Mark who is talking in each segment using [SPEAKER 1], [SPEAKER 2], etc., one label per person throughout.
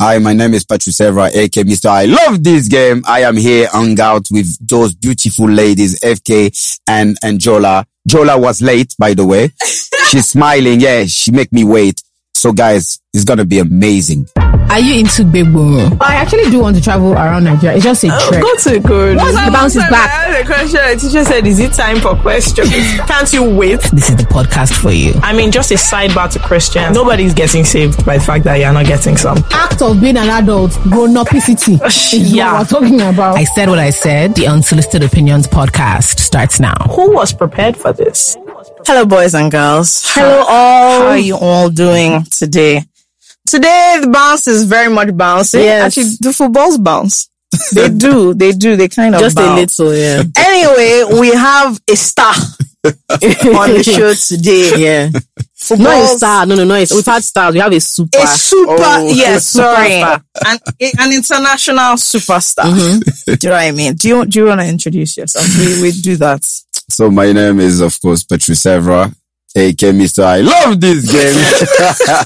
[SPEAKER 1] Hi, my name is Patrick Evra, aka Mr. I love this game. I am here hung out with those beautiful ladies, FK and, and Jola. Jola was late, by the way. She's smiling. Yeah, she make me wait. So guys, it's going to be amazing.
[SPEAKER 2] Are you into Gbegbo?
[SPEAKER 3] I actually do want to travel around Nigeria. It's just a
[SPEAKER 2] Oh,
[SPEAKER 3] trek.
[SPEAKER 4] Go to good.
[SPEAKER 3] What's the bounce is back?
[SPEAKER 4] I asked a question. The teacher said, "Is it time for questions? Can't you wait?"
[SPEAKER 2] This is the podcast for you.
[SPEAKER 4] I mean, just a sidebar to Christian. Nobody's getting saved by the fact that you're not getting some.
[SPEAKER 3] Act of being an adult, grown up is
[SPEAKER 4] Yeah.
[SPEAKER 3] what we're talking about.
[SPEAKER 2] I said what I said. The Unsolicited Opinions podcast starts now.
[SPEAKER 4] Who was prepared for this?
[SPEAKER 5] Hello, boys and girls. Hello, all. How are you all doing today? Today, the bounce is very much bouncy.
[SPEAKER 6] Yes.
[SPEAKER 5] Actually, the footballs bounce. they do. They do. They kind of
[SPEAKER 6] Just a
[SPEAKER 5] bounce.
[SPEAKER 6] little, yeah.
[SPEAKER 5] Anyway, we have a star on the show today.
[SPEAKER 6] Yeah. Not a
[SPEAKER 5] Footballs.
[SPEAKER 6] star. No, no, no. It's, we've had stars. We have a super.
[SPEAKER 5] A super,
[SPEAKER 6] Oh.
[SPEAKER 5] yes, sorry,
[SPEAKER 6] Superstar.
[SPEAKER 5] an, an international superstar.
[SPEAKER 6] Mm-hmm.
[SPEAKER 5] Do you know what I mean? Do you do you want to introduce yourself? We we do that.
[SPEAKER 1] So my name is, of course, Patrice Evra, aka Mr. I love this game.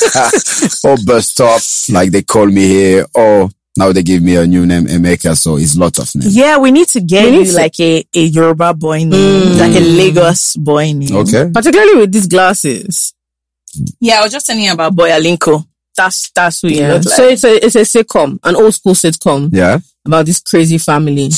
[SPEAKER 1] or bus stop, like they call me here. Or now they give me a new name, Emeka. So it's lots of names.
[SPEAKER 5] Yeah, we need to Mm. get
[SPEAKER 6] We
[SPEAKER 5] you
[SPEAKER 6] need to-
[SPEAKER 5] like a, a Yoruba boy name, like a Lagos boy name.
[SPEAKER 1] Okay.
[SPEAKER 6] Particularly with these glasses.
[SPEAKER 5] Yeah, I was just telling you about Boyalinko. That's that's who you
[SPEAKER 6] Yeah.
[SPEAKER 5] look like.
[SPEAKER 6] So it's a, it's a sitcom, an old school sitcom
[SPEAKER 1] Yeah.
[SPEAKER 6] about this crazy family.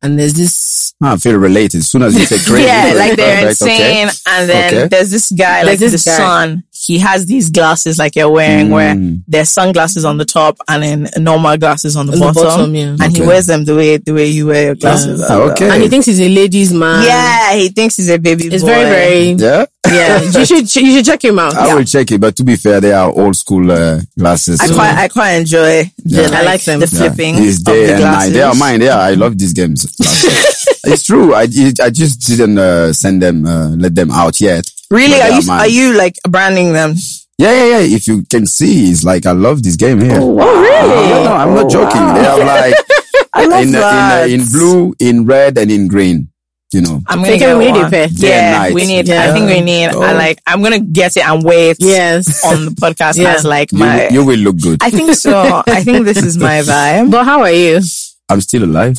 [SPEAKER 6] And there's this,
[SPEAKER 1] I Ah, feel related. As soon as you say crazy.
[SPEAKER 5] yeah, like they're
[SPEAKER 1] perfect, okay.
[SPEAKER 5] insane. And then
[SPEAKER 1] Okay.
[SPEAKER 5] there's this guy, like
[SPEAKER 6] There's
[SPEAKER 5] the
[SPEAKER 6] this guy.
[SPEAKER 5] son. He has these glasses like you're wearing, where
[SPEAKER 1] Mm.
[SPEAKER 5] there's sunglasses on the top and then normal glasses on the,
[SPEAKER 6] On the
[SPEAKER 5] bottom.
[SPEAKER 6] bottom, yeah.
[SPEAKER 5] And he
[SPEAKER 1] Okay. Ah,
[SPEAKER 5] wears them the way the way you wear your glasses. as well.
[SPEAKER 1] Okay.
[SPEAKER 6] and he thinks he's a ladies'
[SPEAKER 5] Um,
[SPEAKER 6] man.
[SPEAKER 5] Yeah, he thinks he's a baby
[SPEAKER 6] It's
[SPEAKER 5] boy.
[SPEAKER 6] very, very,
[SPEAKER 1] Yeah.
[SPEAKER 6] yeah. you should, you should check him out.
[SPEAKER 1] I will check it, but to be fair, they are old school uh, glasses.
[SPEAKER 5] I
[SPEAKER 1] so-
[SPEAKER 5] quite, I quite enjoy. The,
[SPEAKER 6] I like them.
[SPEAKER 5] The
[SPEAKER 1] Yeah.
[SPEAKER 5] flipping
[SPEAKER 1] It's
[SPEAKER 5] of
[SPEAKER 1] day
[SPEAKER 5] the
[SPEAKER 1] and night.
[SPEAKER 5] glasses.
[SPEAKER 1] They are mine. Yeah, I love these games. it's true. I, it- I just didn't uh, send them, uh, let them out yet. They
[SPEAKER 5] Really? Are
[SPEAKER 1] are
[SPEAKER 5] you
[SPEAKER 1] mine.
[SPEAKER 5] are you like branding them?
[SPEAKER 1] Yeah, yeah, yeah. If you can see, it's like I love this game here. Oh, really? No, no, I'm
[SPEAKER 5] Oh,
[SPEAKER 1] not joking. They are like
[SPEAKER 5] I love
[SPEAKER 1] in, uh,
[SPEAKER 5] that.
[SPEAKER 1] in, uh, in blue, in red, and in green. You know.
[SPEAKER 5] I'm
[SPEAKER 6] Take it,
[SPEAKER 5] gonna
[SPEAKER 6] we
[SPEAKER 5] get
[SPEAKER 6] need a
[SPEAKER 5] one.
[SPEAKER 6] pair.
[SPEAKER 1] Day and
[SPEAKER 5] Yeah,
[SPEAKER 1] night.
[SPEAKER 5] we need.
[SPEAKER 6] Yeah.
[SPEAKER 5] I think we need. I
[SPEAKER 1] Oh.
[SPEAKER 5] like. I'm gonna get it and wait
[SPEAKER 6] Yes.
[SPEAKER 5] on the podcast
[SPEAKER 6] Yeah.
[SPEAKER 5] as like
[SPEAKER 1] You,
[SPEAKER 5] my.
[SPEAKER 1] you will look good.
[SPEAKER 5] I think so. I think this is my vibe.
[SPEAKER 6] but how are you?
[SPEAKER 1] I'm still alive.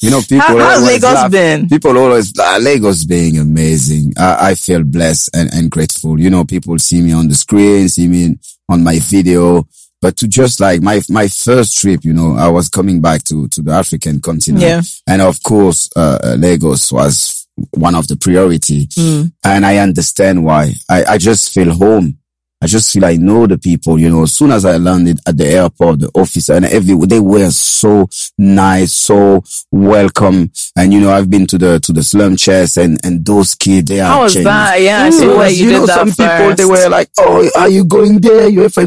[SPEAKER 1] you know, people.
[SPEAKER 5] How, how's
[SPEAKER 1] always
[SPEAKER 5] Lagos
[SPEAKER 1] laugh.
[SPEAKER 5] been?
[SPEAKER 1] People always uh, Lagos being amazing. I, I feel blessed and, and grateful. You know, people see me on the screen, see me in- on my video, but to just like my my first trip, you know, I was coming back to to the African continent,
[SPEAKER 5] Yeah.
[SPEAKER 1] and of course, uh, uh, Lagos was one of the priority,
[SPEAKER 5] Mm.
[SPEAKER 1] and I understand why. I I just feel home. I just feel I know the people, you know. As soon as I landed at the airport, the officer and every they were so nice, so welcome. And you know, I've been to the to the slum chairs and and those kids, they are.
[SPEAKER 5] How was
[SPEAKER 1] changed.
[SPEAKER 5] that? Yeah, I see
[SPEAKER 1] It
[SPEAKER 5] where
[SPEAKER 1] was,
[SPEAKER 5] you,
[SPEAKER 1] know,
[SPEAKER 5] did that
[SPEAKER 1] some people
[SPEAKER 5] first.
[SPEAKER 1] they were like, "Oh, are you going there? You have people."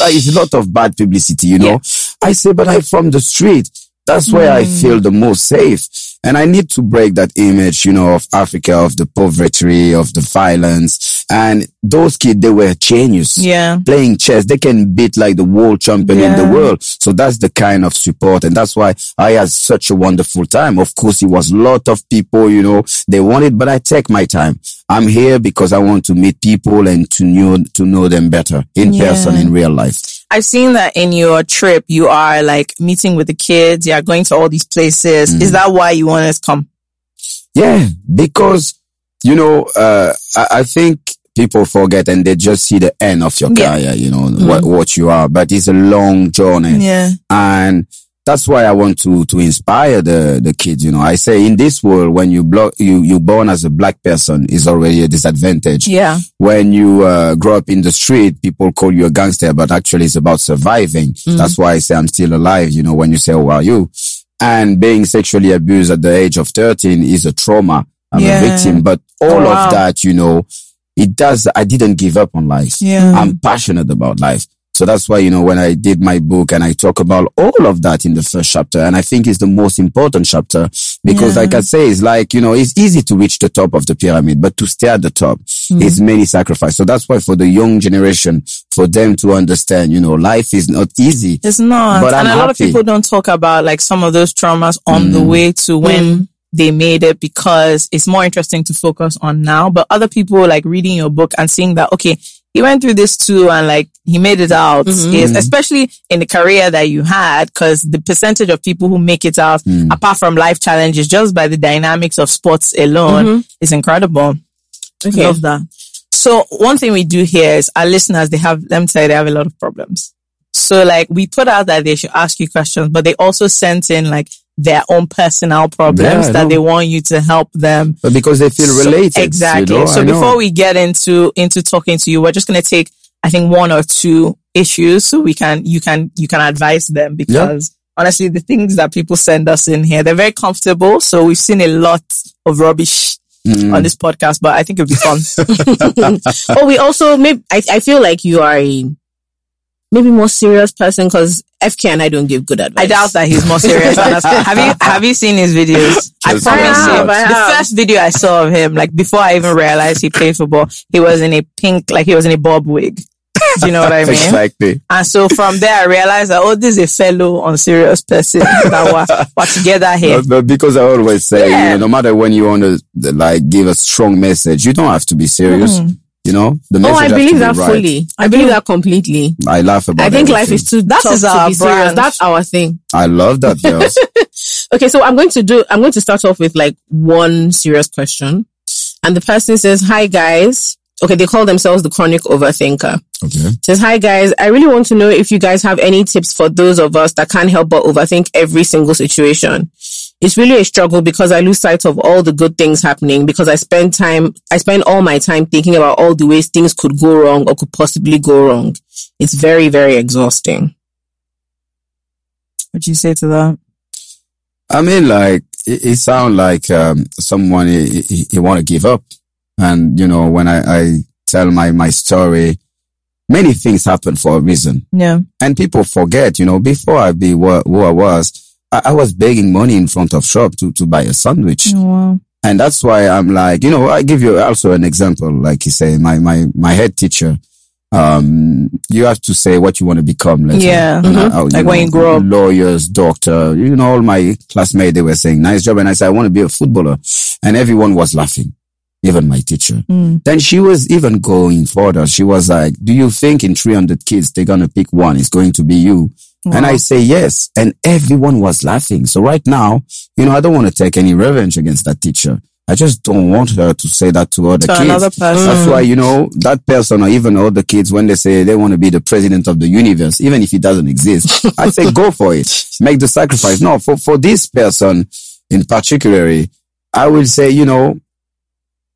[SPEAKER 1] Like, it's a lot of bad publicity, you know. I say, but I'm from the street. That's where
[SPEAKER 5] Hmm.
[SPEAKER 1] I feel the most safe, and I need to break that image, you know, of Africa, of the poverty, of the violence, and those kids they were genius
[SPEAKER 5] yeah.
[SPEAKER 1] playing chess, they can beat like the world champion in the
[SPEAKER 5] Yeah.
[SPEAKER 1] world. So that's the kind of support. And that's why I had such a wonderful time. Of course, it was a lot of people, you know, they wanted, but I take my time. I'm here because I want to meet people and to know, to know them better in
[SPEAKER 5] Yeah.
[SPEAKER 1] person, in real life.
[SPEAKER 5] I've seen that in your trip, you are like meeting with the kids. You are going to all these places.
[SPEAKER 1] Mm-hmm.
[SPEAKER 5] Is that why you want to come?
[SPEAKER 1] Yeah, because you know, uh, I, I think people forget and they just see the end of your
[SPEAKER 5] Yeah. Mm-hmm.
[SPEAKER 1] career. You know what what you are, but it's a long journey.
[SPEAKER 5] Yeah.
[SPEAKER 1] and that's why I want to to inspire the the kids. You know, I say in this world, when you block you you born as a black person is already a disadvantage.
[SPEAKER 5] Yeah.
[SPEAKER 1] When you uh, grow up in the street, people call you a gangster, but actually it's about surviving.
[SPEAKER 5] Mm.
[SPEAKER 1] That's why I say I'm still alive. You know, when you say "Who are you?" and being sexually abused at the age of 13 is a trauma. I'm
[SPEAKER 5] Yeah.
[SPEAKER 1] a victim, but all
[SPEAKER 5] Oh, wow.
[SPEAKER 1] of that, you know, it does. I didn't give up on life.
[SPEAKER 5] Yeah.
[SPEAKER 1] I'm passionate about life. So that's why, you know, when I did my book and I talk about all of that in the first chapter, and I think it's the most important chapter because like I say, it's like, you know, it's easy to reach the top of the pyramid, but to stay at the top
[SPEAKER 5] Mm-hmm.
[SPEAKER 1] is many sacrifices. So that's why for the young generation, for them to understand, you know, life is not easy.
[SPEAKER 5] It's not.
[SPEAKER 1] But
[SPEAKER 5] and
[SPEAKER 1] I'm
[SPEAKER 5] a lot of
[SPEAKER 1] happy. Mm.
[SPEAKER 5] people don't talk about like some of those traumas on the way to when they made it because it's more interesting to focus on now. But other people like reading your book and seeing that, okay, he went through this too and like he made it out
[SPEAKER 1] Mm.
[SPEAKER 5] is especially in the career that you had because the percentage of people who make it out
[SPEAKER 1] Mm.
[SPEAKER 5] apart from life challenges just by the dynamics of sports alone is incredible
[SPEAKER 6] Okay.
[SPEAKER 5] love that so one thing we do here is our listeners they have let me tell you they have a lot of problems so like we put out that they should ask you questions but they also sent in like their own personal problems
[SPEAKER 1] I
[SPEAKER 5] that
[SPEAKER 1] know.
[SPEAKER 5] they want you to help them
[SPEAKER 1] But because they feel
[SPEAKER 5] so-
[SPEAKER 1] related. you
[SPEAKER 5] exactly.
[SPEAKER 1] know,
[SPEAKER 5] so
[SPEAKER 1] I know.
[SPEAKER 5] before we get into into talking to you, we're just gonna take I think one or two issues so we can you can you can advise them because honestly the things that people send us in here, they're very comfortable. So we've seen a lot of rubbish
[SPEAKER 1] Mm.
[SPEAKER 5] on this podcast, but I think it'll be fun.
[SPEAKER 6] oh, we also maybe I, I feel like you are a maybe more serious person because FK and I don't give good advice.
[SPEAKER 5] I doubt that he's more serious than us. Have you have you seen his videos? I
[SPEAKER 1] Just
[SPEAKER 5] promise
[SPEAKER 1] have,
[SPEAKER 5] you.
[SPEAKER 6] I have.
[SPEAKER 5] The first video I saw of him, like before I even realized he played football, he was in a pink like he was in a bob wig. Do you know what I mean?
[SPEAKER 1] Exactly.
[SPEAKER 5] And so from there, I realized that, oh, this is a fellow unserious person that we're, we're together here.
[SPEAKER 1] But, but because I always say,
[SPEAKER 5] Yeah.
[SPEAKER 1] you know, no matter when you want to like give a strong message, you don't have to be serious. You know, the
[SPEAKER 6] Oh,
[SPEAKER 1] message
[SPEAKER 6] I
[SPEAKER 1] has to
[SPEAKER 6] believe
[SPEAKER 1] be
[SPEAKER 6] that
[SPEAKER 1] right.
[SPEAKER 6] fully. I believe that completely.
[SPEAKER 1] I laugh about.
[SPEAKER 6] I think
[SPEAKER 1] everything.
[SPEAKER 6] life is too
[SPEAKER 5] That
[SPEAKER 6] tough
[SPEAKER 5] is
[SPEAKER 6] to
[SPEAKER 5] our
[SPEAKER 6] be serious.
[SPEAKER 5] brand.
[SPEAKER 6] That's our thing.
[SPEAKER 1] I love that girls.
[SPEAKER 6] Okay, so I'm going to do, I'm going to start off with like one serious question. And the person says, Hi guys. Okay, they call themselves the chronic overthinker.
[SPEAKER 1] okay.
[SPEAKER 6] Says, Hi guys, I really want to know if you guys have any tips for those of us that can't help but overthink every single situation. It's really a struggle because I lose sight of all the good things happening because I spend time, I spend all my time thinking about all the ways things could go wrong or could possibly go wrong. It's very, very exhausting.
[SPEAKER 5] What do you say to that?
[SPEAKER 1] I mean, like it, it sounds like um, someone he, he, he want to give up, and you know, when I, I tell my my story, many things happen for a reason.
[SPEAKER 5] Yeah.
[SPEAKER 1] and people forget, you know, before I be wha- who I was, I, I was begging money in front of shop to, to buy a sandwich.
[SPEAKER 5] Oh,
[SPEAKER 1] And that's why I'm like, you know, I give you also an example. Like you say, my, my, my head teacher, um, you have to say what you want to become. Later.
[SPEAKER 5] Yeah. mm-hmm.
[SPEAKER 1] And I- I-
[SPEAKER 5] Like when you grow up.
[SPEAKER 1] Lawyers, doctor, you know, all my classmates, they were saying nice job. And I said, I want to be a footballer. And everyone was laughing. Even my teacher. Then she was even going further. She was like, do you think in 300 kids, they're going to pick one? It's going to be you. And I say yes. And everyone was laughing. So right now, you know, I don't want to take any revenge against that teacher. I just don't want her to say that to other
[SPEAKER 5] To
[SPEAKER 1] kids.
[SPEAKER 5] another person.
[SPEAKER 1] That's why, you know, that person or even other kids, when they say they want to be the president of the universe, even if it doesn't exist, I say go for it. Make the sacrifice. No, for, for this person in particular, I will say, you know,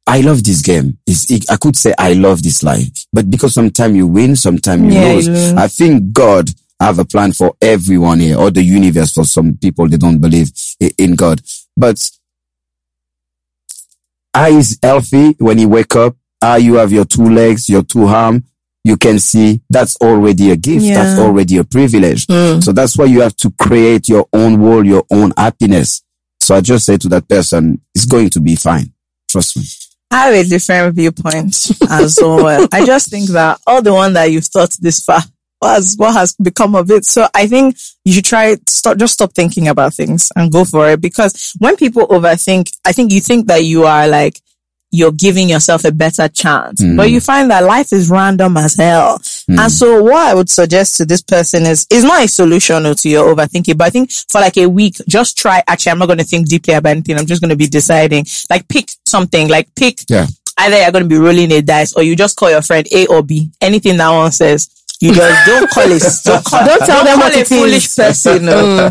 [SPEAKER 1] I love this game. It's, it, I could say I love this life, but because sometimes you win, sometimes you
[SPEAKER 5] Yeah,
[SPEAKER 1] lose.
[SPEAKER 5] you lose.
[SPEAKER 1] I think God have a plan for everyone here or the universe for some people they don't believe i- in God. But eye is healthy when you wake up. Eye, you have your two legs, your two arm. You can see that's already a gift. That's
[SPEAKER 5] Yeah.
[SPEAKER 1] already a privilege.
[SPEAKER 5] Hmm.
[SPEAKER 1] So that's why you have to create your own world, your own happiness. So I just say to that person, it's going to be fine. Trust me.
[SPEAKER 5] I have a different viewpoint as well. I just think that all the one that you've thought this far was what has become of it. So I think you should try stop just stop thinking about things and go for it because when people overthink, I think you think that you are like you're giving yourself a better chance,
[SPEAKER 1] Mm.
[SPEAKER 5] but you find that life is random as hell. And so what I would suggest to this person is, is not a solution oh, to your overthinking, but I think for like a week, just try, actually, I'm not going to think deeply about anything. I'm just going to be deciding, like pick something, like pick
[SPEAKER 1] Yeah.
[SPEAKER 5] either you're going to be rolling a dice or you just call your friend A or B. Anything that one says, you just don't call it. Don't, call, don't tell them call what Mm. a foolish person. no.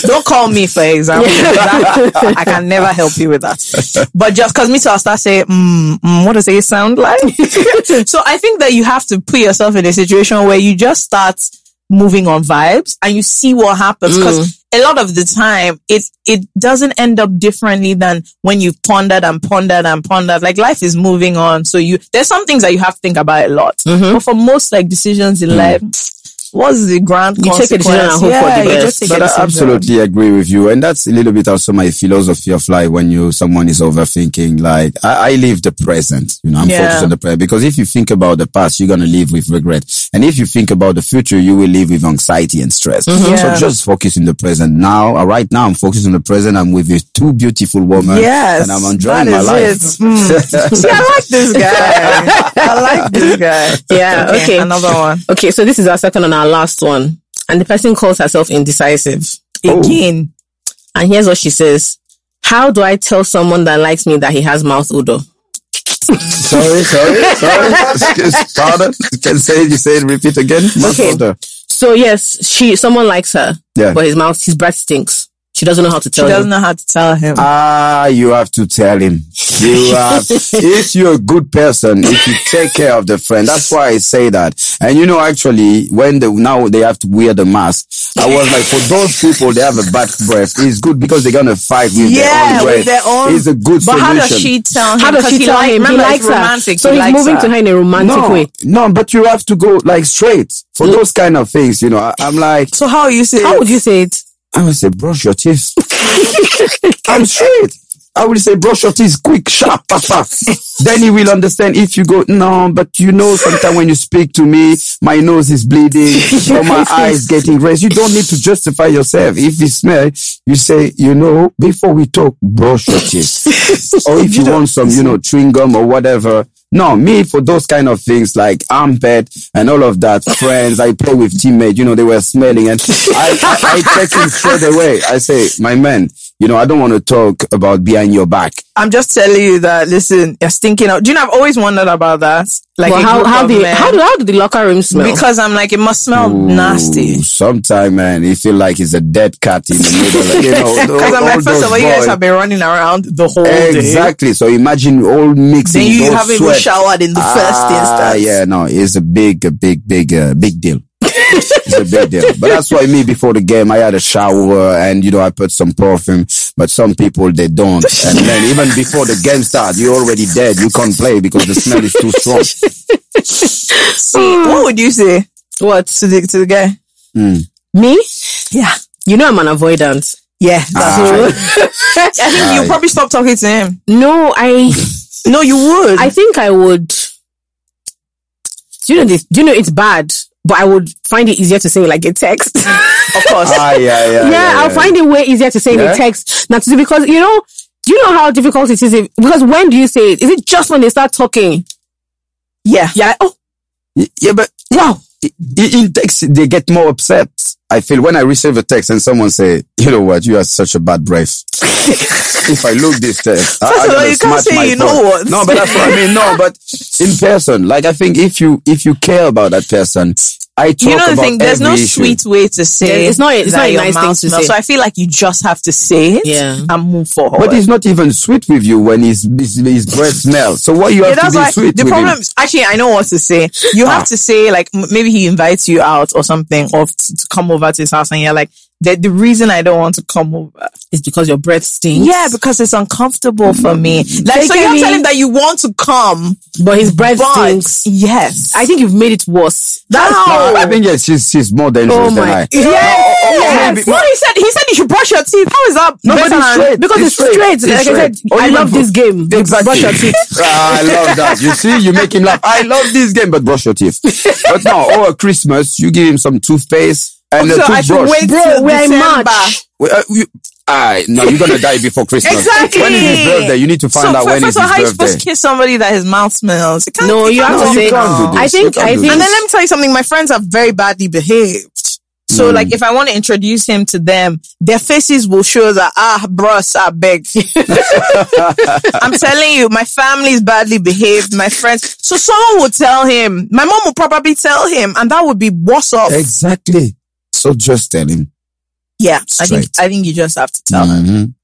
[SPEAKER 5] Don't call me, for example. That- I can never help you with that. But just because me, so I'll start saying, mm, mm, what does it sound like? so I think that you have to put yourself in a situation where you just start moving on vibes and you see what happens because
[SPEAKER 1] Mm.
[SPEAKER 5] a lot of the time it it doesn't end up differently than when you've pondered and pondered and pondered like life is moving
[SPEAKER 1] Mm-hmm. Mm.
[SPEAKER 5] on so you there's some things that you have to think about a lot but for most like decisions in life what's the grand
[SPEAKER 6] You take a decision and
[SPEAKER 5] consequence?
[SPEAKER 6] hope for the
[SPEAKER 5] you
[SPEAKER 6] best.
[SPEAKER 5] just take a
[SPEAKER 6] But
[SPEAKER 1] I
[SPEAKER 5] decision.
[SPEAKER 1] absolutely agree with you, and that's a little bit also my philosophy of like when you someone is overthinking. Like I, I live the present, you know, I'm
[SPEAKER 5] Yeah.
[SPEAKER 1] focused on the present because if you think about the past, you're gonna live with regret, and if you think about the future, you will live with anxiety and stress.
[SPEAKER 5] Mm-hmm. Yeah.
[SPEAKER 1] So just focus in the present now. Uh, Right now, I'm focused on the present. I'm with these two beautiful women,
[SPEAKER 5] Yes,
[SPEAKER 1] and I'm enjoying
[SPEAKER 5] that
[SPEAKER 1] my life.
[SPEAKER 5] is it. Mm. See, I like this guy. I like this guy.
[SPEAKER 6] Yeah, okay.
[SPEAKER 5] Another one.
[SPEAKER 6] Okay, so this is our second and our last one. And the person calls herself indecisive.
[SPEAKER 1] Oh.
[SPEAKER 5] Again.
[SPEAKER 6] And here's what she says. How do I tell someone that likes me that he has mouth odor?
[SPEAKER 1] sorry, sorry, sorry. Excuse- Pardon. You can say it. You say it. Repeat again.
[SPEAKER 6] Okay. So yes, she someone likes her,
[SPEAKER 1] Yeah.
[SPEAKER 6] but his mouth, his breath stinks. She doesn't know how to tell
[SPEAKER 5] She doesn't
[SPEAKER 6] him.
[SPEAKER 5] know how to tell him.
[SPEAKER 1] Ah, you have to tell him. You have, if you're a good person, if you take care of the friend, that's why I say that. And you know, actually, when the, now they have to wear the mask, I was like, for those people, they have a bad breath. It's good because they're gonna fight with
[SPEAKER 5] Yeah,
[SPEAKER 1] their own breath.
[SPEAKER 5] with their own-
[SPEAKER 1] It's a good
[SPEAKER 5] but
[SPEAKER 1] solution.
[SPEAKER 5] how does she tell him?
[SPEAKER 6] How does
[SPEAKER 5] 'Cause
[SPEAKER 6] she
[SPEAKER 5] he
[SPEAKER 6] tell
[SPEAKER 5] like-
[SPEAKER 6] him? He
[SPEAKER 5] Remember, it's
[SPEAKER 6] likes her.
[SPEAKER 5] romantic.
[SPEAKER 6] So
[SPEAKER 5] he
[SPEAKER 6] he's
[SPEAKER 5] likes
[SPEAKER 6] moving to her in a romantic way.
[SPEAKER 1] no, no, but you have to go like straight for
[SPEAKER 5] Mm.
[SPEAKER 1] those kind of things. You know, I, I'm like,
[SPEAKER 5] So how you say?
[SPEAKER 6] How would you say it?
[SPEAKER 1] I would say, brush your teeth. I'm straight. I will say, brush your teeth quick, sharp, fast, fast. then he will understand if you go, no, but you know, sometimes when you speak to me, my nose is bleeding or my eyes getting red. You don't need to justify yourself. If you smell, you say, you know, before we talk, brush your teeth. or if you want some, you know, chewing gum or whatever. No, me for those kind of things like armpit and all of that. Friends, I play with teammates. You know, they were smelling, and I, I, I text him straight away. I say, my man, you know, I don't want to talk about behind your back.
[SPEAKER 5] I'm just telling you that. Listen, you're stinking out. Do you know? I've always wondered about that. Like
[SPEAKER 6] Well,
[SPEAKER 5] a
[SPEAKER 6] how
[SPEAKER 5] group
[SPEAKER 6] how
[SPEAKER 5] of
[SPEAKER 6] the
[SPEAKER 5] men.
[SPEAKER 6] how do how do the locker room smell?
[SPEAKER 5] because I'm like it must smell Oh, nasty.
[SPEAKER 1] Sometimes, man, he feel like he's a dead cat in the middle. You know,
[SPEAKER 5] Because I'm
[SPEAKER 1] all
[SPEAKER 5] like, first
[SPEAKER 1] those
[SPEAKER 5] of all, you guys
[SPEAKER 1] boys.
[SPEAKER 5] have been running around the whole day.
[SPEAKER 1] Exactly. So imagine all mixing.
[SPEAKER 5] eh?" Then you
[SPEAKER 1] those
[SPEAKER 5] haven't even
[SPEAKER 1] sweat.
[SPEAKER 5] showered in the
[SPEAKER 1] Ah,
[SPEAKER 5] first instance.
[SPEAKER 1] Yeah, no, it's a big, a big, big, uh, big deal. it's a big deal. But that's why me before the game, I had a shower and, you know, I put some perfume, but some people, they don't. And then even before the game starts, you're already dead. You can't play because the smell is too strong.
[SPEAKER 5] See, what would you say? What to the to the guy?
[SPEAKER 6] Me?
[SPEAKER 5] Yeah,
[SPEAKER 6] You know I'm an avoidant.
[SPEAKER 5] yeah. That's
[SPEAKER 1] Ah.
[SPEAKER 5] right. I think you
[SPEAKER 1] Ah.
[SPEAKER 5] probably stop talking to him.
[SPEAKER 6] No, I
[SPEAKER 5] No, you would.
[SPEAKER 6] I think I would. Do you know this? Do you know it's bad? But I would find it easier to say like a text.
[SPEAKER 5] of course.
[SPEAKER 1] Ah, yeah, yeah.
[SPEAKER 6] Uh, yeah, I'll find it way easier to say in
[SPEAKER 1] Yeah?
[SPEAKER 6] a text than to do because you know. Do you know how difficult it is? If, because when do you say it? Is it just when they start talking?
[SPEAKER 5] yeah.
[SPEAKER 6] Yeah. Like, oh,
[SPEAKER 1] Y- Yeah, but wow. In text, they get more upset. I feel when I receive a text and someone say, "You know what? You are such a bad breath." if I look this text, I,
[SPEAKER 5] First
[SPEAKER 1] I
[SPEAKER 5] of all,
[SPEAKER 1] gotta
[SPEAKER 5] you can't
[SPEAKER 1] smash
[SPEAKER 5] say
[SPEAKER 1] my
[SPEAKER 5] you know
[SPEAKER 1] phone.
[SPEAKER 5] what.
[SPEAKER 1] No, but that's what I mean. No, but in person, like I think if you if you care about that person, I talk
[SPEAKER 5] you know the
[SPEAKER 1] about
[SPEAKER 5] thing. There's
[SPEAKER 1] every
[SPEAKER 5] no
[SPEAKER 1] issue.
[SPEAKER 5] sweet way to say
[SPEAKER 6] Yeah, it's not- it's
[SPEAKER 5] that
[SPEAKER 6] not a
[SPEAKER 5] your
[SPEAKER 6] nice thing
[SPEAKER 5] mouth
[SPEAKER 6] to
[SPEAKER 5] smells.
[SPEAKER 6] say.
[SPEAKER 5] So I feel like you just have to say it,
[SPEAKER 6] Yeah.
[SPEAKER 5] and move forward.
[SPEAKER 1] But it's not even sweet with you when his his, his breath smells. So why you
[SPEAKER 5] yeah,
[SPEAKER 1] have to
[SPEAKER 5] that's
[SPEAKER 1] be
[SPEAKER 5] why
[SPEAKER 1] sweet
[SPEAKER 5] the
[SPEAKER 1] with Ah.
[SPEAKER 5] problem.
[SPEAKER 1] him?
[SPEAKER 5] is- Actually, I know what to say. You have to say like m- maybe he invites you out or something, or t- to come over to his house, and you're like, the, the reason I don't want to come over,
[SPEAKER 6] it's because your breath stinks.
[SPEAKER 5] yeah, because it's uncomfortable for me. Like, Mm-hmm. so you have to tell him that you want to come,
[SPEAKER 6] but his breath
[SPEAKER 5] but
[SPEAKER 6] stinks.
[SPEAKER 5] yes,
[SPEAKER 6] I think you've made it worse.
[SPEAKER 5] that's
[SPEAKER 1] No, I think yeah, she's she's more dangerous
[SPEAKER 6] Oh
[SPEAKER 1] than
[SPEAKER 6] my!
[SPEAKER 1] I.
[SPEAKER 6] Yeah.
[SPEAKER 5] Yes.
[SPEAKER 1] maybe-
[SPEAKER 5] No, he said he said you should brush your teeth. How is that?
[SPEAKER 1] No, but
[SPEAKER 5] better
[SPEAKER 1] it's
[SPEAKER 5] than-
[SPEAKER 1] straight.
[SPEAKER 6] Because it's, straight.
[SPEAKER 1] It's
[SPEAKER 6] like I
[SPEAKER 1] straight.
[SPEAKER 6] said,
[SPEAKER 1] Or
[SPEAKER 6] I
[SPEAKER 1] even
[SPEAKER 6] love
[SPEAKER 1] for-
[SPEAKER 6] this game.
[SPEAKER 1] Exactly.
[SPEAKER 6] Brush your teeth.
[SPEAKER 1] Ah, I love that. You see, you make him laugh. I love this game, but brush your teeth. But now, over Christmas, you give him some toothpaste and
[SPEAKER 5] So
[SPEAKER 1] a
[SPEAKER 5] I should
[SPEAKER 1] toothbrush.
[SPEAKER 5] wait
[SPEAKER 6] Bro,
[SPEAKER 5] till
[SPEAKER 6] we're in
[SPEAKER 5] December.
[SPEAKER 6] March.
[SPEAKER 1] Wait, uh, you, ah, no, you're gonna die before Christmas.
[SPEAKER 5] Exactly.
[SPEAKER 1] When is his birthday? You need to find
[SPEAKER 5] so
[SPEAKER 1] out
[SPEAKER 5] fir-
[SPEAKER 1] when
[SPEAKER 5] first
[SPEAKER 1] is
[SPEAKER 5] of all,
[SPEAKER 1] his
[SPEAKER 5] how you supposed to
[SPEAKER 1] birthday.
[SPEAKER 5] kiss somebody that his mouth smells? It can't-
[SPEAKER 6] No,
[SPEAKER 5] it
[SPEAKER 6] you
[SPEAKER 5] can't
[SPEAKER 6] have
[SPEAKER 1] No,
[SPEAKER 6] to
[SPEAKER 5] work.
[SPEAKER 1] you
[SPEAKER 6] say.
[SPEAKER 1] can't do
[SPEAKER 6] I
[SPEAKER 1] this. You
[SPEAKER 6] think.
[SPEAKER 1] can't
[SPEAKER 6] I
[SPEAKER 1] do
[SPEAKER 6] think.
[SPEAKER 5] And then let me tell you something. My friends are very badly behaved. So
[SPEAKER 6] Hmm.
[SPEAKER 5] like, if I want to introduce him to them, their faces will show that ah, bros, I beg. I'm telling you, my family is badly behaved. My friends. So someone will tell him. My mom will probably tell him, and that would be worse off.
[SPEAKER 1] Exactly. So just tell him.
[SPEAKER 5] yeah, I think
[SPEAKER 1] Straight.
[SPEAKER 5] I think you just have to
[SPEAKER 6] Hmm.
[SPEAKER 5] tell him.
[SPEAKER 1] Mhm.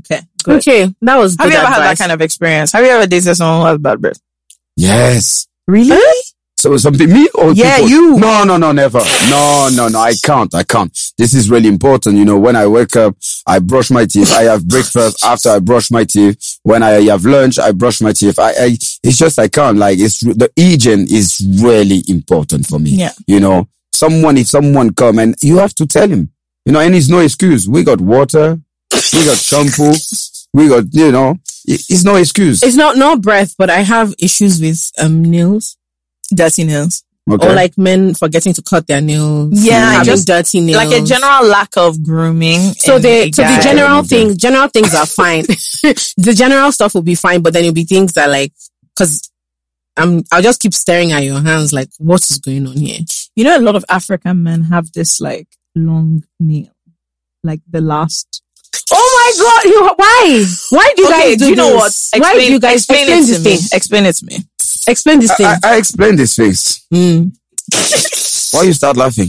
[SPEAKER 5] Okay. Good.
[SPEAKER 6] Okay, that was.
[SPEAKER 5] Have
[SPEAKER 6] good
[SPEAKER 5] you ever had that
[SPEAKER 6] advice.
[SPEAKER 5] kind of experience? Have you ever dated someone who has bad breath?
[SPEAKER 1] Yes.
[SPEAKER 5] Really?
[SPEAKER 1] So something me or
[SPEAKER 5] Yeah,
[SPEAKER 1] people?
[SPEAKER 5] you.
[SPEAKER 1] No, no, no, never. No, no, no. I can't. I can't. This is really important. You know, when I wake up, I brush my teeth. I have breakfast. After I brush my teeth, when I have lunch, I brush my teeth. I, I it's just I can't. Like it's the hygiene is really important for me.
[SPEAKER 5] Yeah.
[SPEAKER 1] You know, someone, if someone come and you have to tell him, you know, and it's no excuse. We got water, we got shampoo, we got, you know, it- it's no excuse.
[SPEAKER 6] It's not no breath, but I have issues with um nails
[SPEAKER 5] Dirty nails.
[SPEAKER 1] Okay.
[SPEAKER 6] or like men forgetting to cut their nails.
[SPEAKER 5] Yeah,
[SPEAKER 6] having
[SPEAKER 5] just-
[SPEAKER 6] dirty nails.
[SPEAKER 5] Like a general lack of grooming.
[SPEAKER 6] So
[SPEAKER 5] in
[SPEAKER 6] the so the
[SPEAKER 5] guy.
[SPEAKER 6] general thing, general things are fine. the general stuff will be fine, but then it'll be things that like because I'm I'll just keep staring at your hands like what is going on here?
[SPEAKER 7] You know, a lot of African men have this like long nail, like the last.
[SPEAKER 6] Oh my god! You why why do you
[SPEAKER 5] Okay,
[SPEAKER 6] guys do,
[SPEAKER 5] you know what?
[SPEAKER 6] this? why do you guys
[SPEAKER 5] explain, it
[SPEAKER 6] this
[SPEAKER 5] to me?
[SPEAKER 6] thing?
[SPEAKER 5] Explain it to me.
[SPEAKER 6] Explain this thing.
[SPEAKER 1] I, I I explained this face.
[SPEAKER 6] Mm.
[SPEAKER 1] Why you start laughing?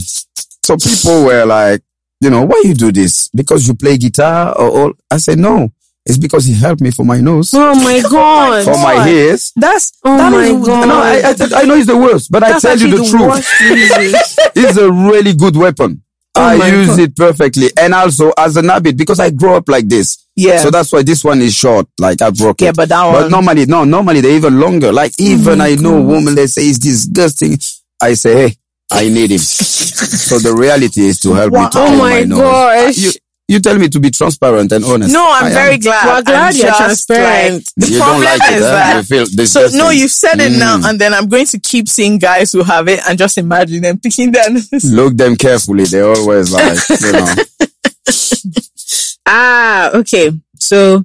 [SPEAKER 1] So people were like, you know, why you do this? Because you play guitar or all? I said, no, it's because it helped me for my nose,
[SPEAKER 6] Oh my god!
[SPEAKER 1] for my ears.
[SPEAKER 7] That's
[SPEAKER 6] Oh
[SPEAKER 7] that
[SPEAKER 6] my
[SPEAKER 7] is-
[SPEAKER 6] god!
[SPEAKER 1] No, I, I, said, I know it's the worst, but
[SPEAKER 7] That's
[SPEAKER 1] I tell you the,
[SPEAKER 7] actually the
[SPEAKER 1] truth. it's a really good weapon.
[SPEAKER 7] Oh
[SPEAKER 1] I use it perfectly. And also as an habit, because I grew up like this.
[SPEAKER 5] Yeah.
[SPEAKER 1] So that's why this one is short. Like I broke
[SPEAKER 5] Yeah,
[SPEAKER 1] it.
[SPEAKER 5] but that
[SPEAKER 1] But
[SPEAKER 5] one.
[SPEAKER 1] normally, no, normally they're even longer. Like even I know
[SPEAKER 5] Mm-hmm.
[SPEAKER 1] women, they say it's disgusting. I say, hey, I need it. so the reality is to help me to
[SPEAKER 6] Oh
[SPEAKER 1] clean
[SPEAKER 6] my
[SPEAKER 1] nose.
[SPEAKER 6] gosh.
[SPEAKER 1] You, you tell me to be transparent and honest.
[SPEAKER 5] no,
[SPEAKER 1] I
[SPEAKER 5] I'm
[SPEAKER 1] am.
[SPEAKER 5] very glad.
[SPEAKER 6] We're glad
[SPEAKER 5] I'm
[SPEAKER 6] you're
[SPEAKER 5] just
[SPEAKER 6] transparent.
[SPEAKER 5] like- the
[SPEAKER 1] You
[SPEAKER 5] problem
[SPEAKER 1] don't like it,
[SPEAKER 5] is
[SPEAKER 1] huh?
[SPEAKER 5] that.
[SPEAKER 1] You feel
[SPEAKER 5] uh, so
[SPEAKER 1] disgusting.
[SPEAKER 5] no, you've said it now,
[SPEAKER 1] Mm.
[SPEAKER 5] and then I'm going to keep seeing guys who have it and just imagine them picking their nose.
[SPEAKER 1] Look them carefully. They always like, you know.
[SPEAKER 6] Ah, okay. So,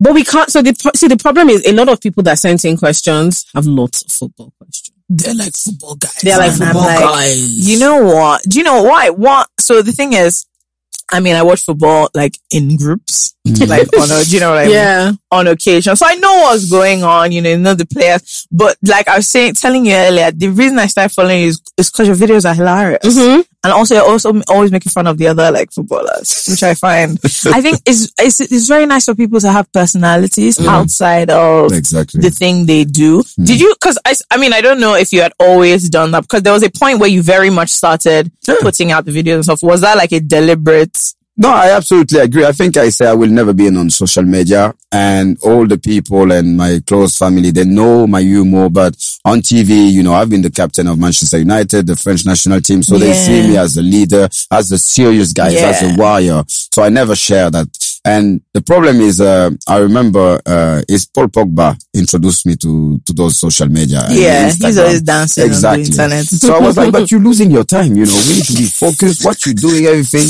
[SPEAKER 6] but we can't. So the pro- see the problem is a lot of people that sent in questions have lots of football questions.
[SPEAKER 2] They're like football guys.
[SPEAKER 6] They're like
[SPEAKER 2] man.
[SPEAKER 5] I'm
[SPEAKER 6] football
[SPEAKER 5] like,
[SPEAKER 6] guys.
[SPEAKER 5] You know what? Do you know why? What? So the thing is, I mean, I watch football like in groups,
[SPEAKER 1] Mm.
[SPEAKER 5] like on a, do you know what I mean?
[SPEAKER 6] Yeah.
[SPEAKER 5] on occasion. So I know what's going on, you know, you know the players. But like I was saying, telling you earlier, the reason I started following you is because your videos are hilarious.
[SPEAKER 6] Mhm.
[SPEAKER 5] And also you're also m- always making fun of the other like footballers, which I find, I think is, it's, it's very nice for people to have personalities outside of
[SPEAKER 1] Exactly.
[SPEAKER 5] the thing they do. Did you, cause I, s- I mean, I don't know if you had always done that because there was a point where you very much started putting out the videos and stuff. Was that like a deliberate?
[SPEAKER 1] No, I absolutely agree. I think I say I will never be in on social media and all the people and my close family, they know my humor, but on TV, you know, I've been the captain of Manchester United, the French national team. So they see me as a leader, as a serious guy, as a warrior. So I never share that. And the problem is, uh, I remember, uh, is Paul Pogba introduced me to, to those social media. and
[SPEAKER 5] Yeah, he's
[SPEAKER 1] Instagram.
[SPEAKER 5] always dancing on the internet.
[SPEAKER 1] So I was like, but you're losing your time, you know, we need to be focused, what you're doing, everything.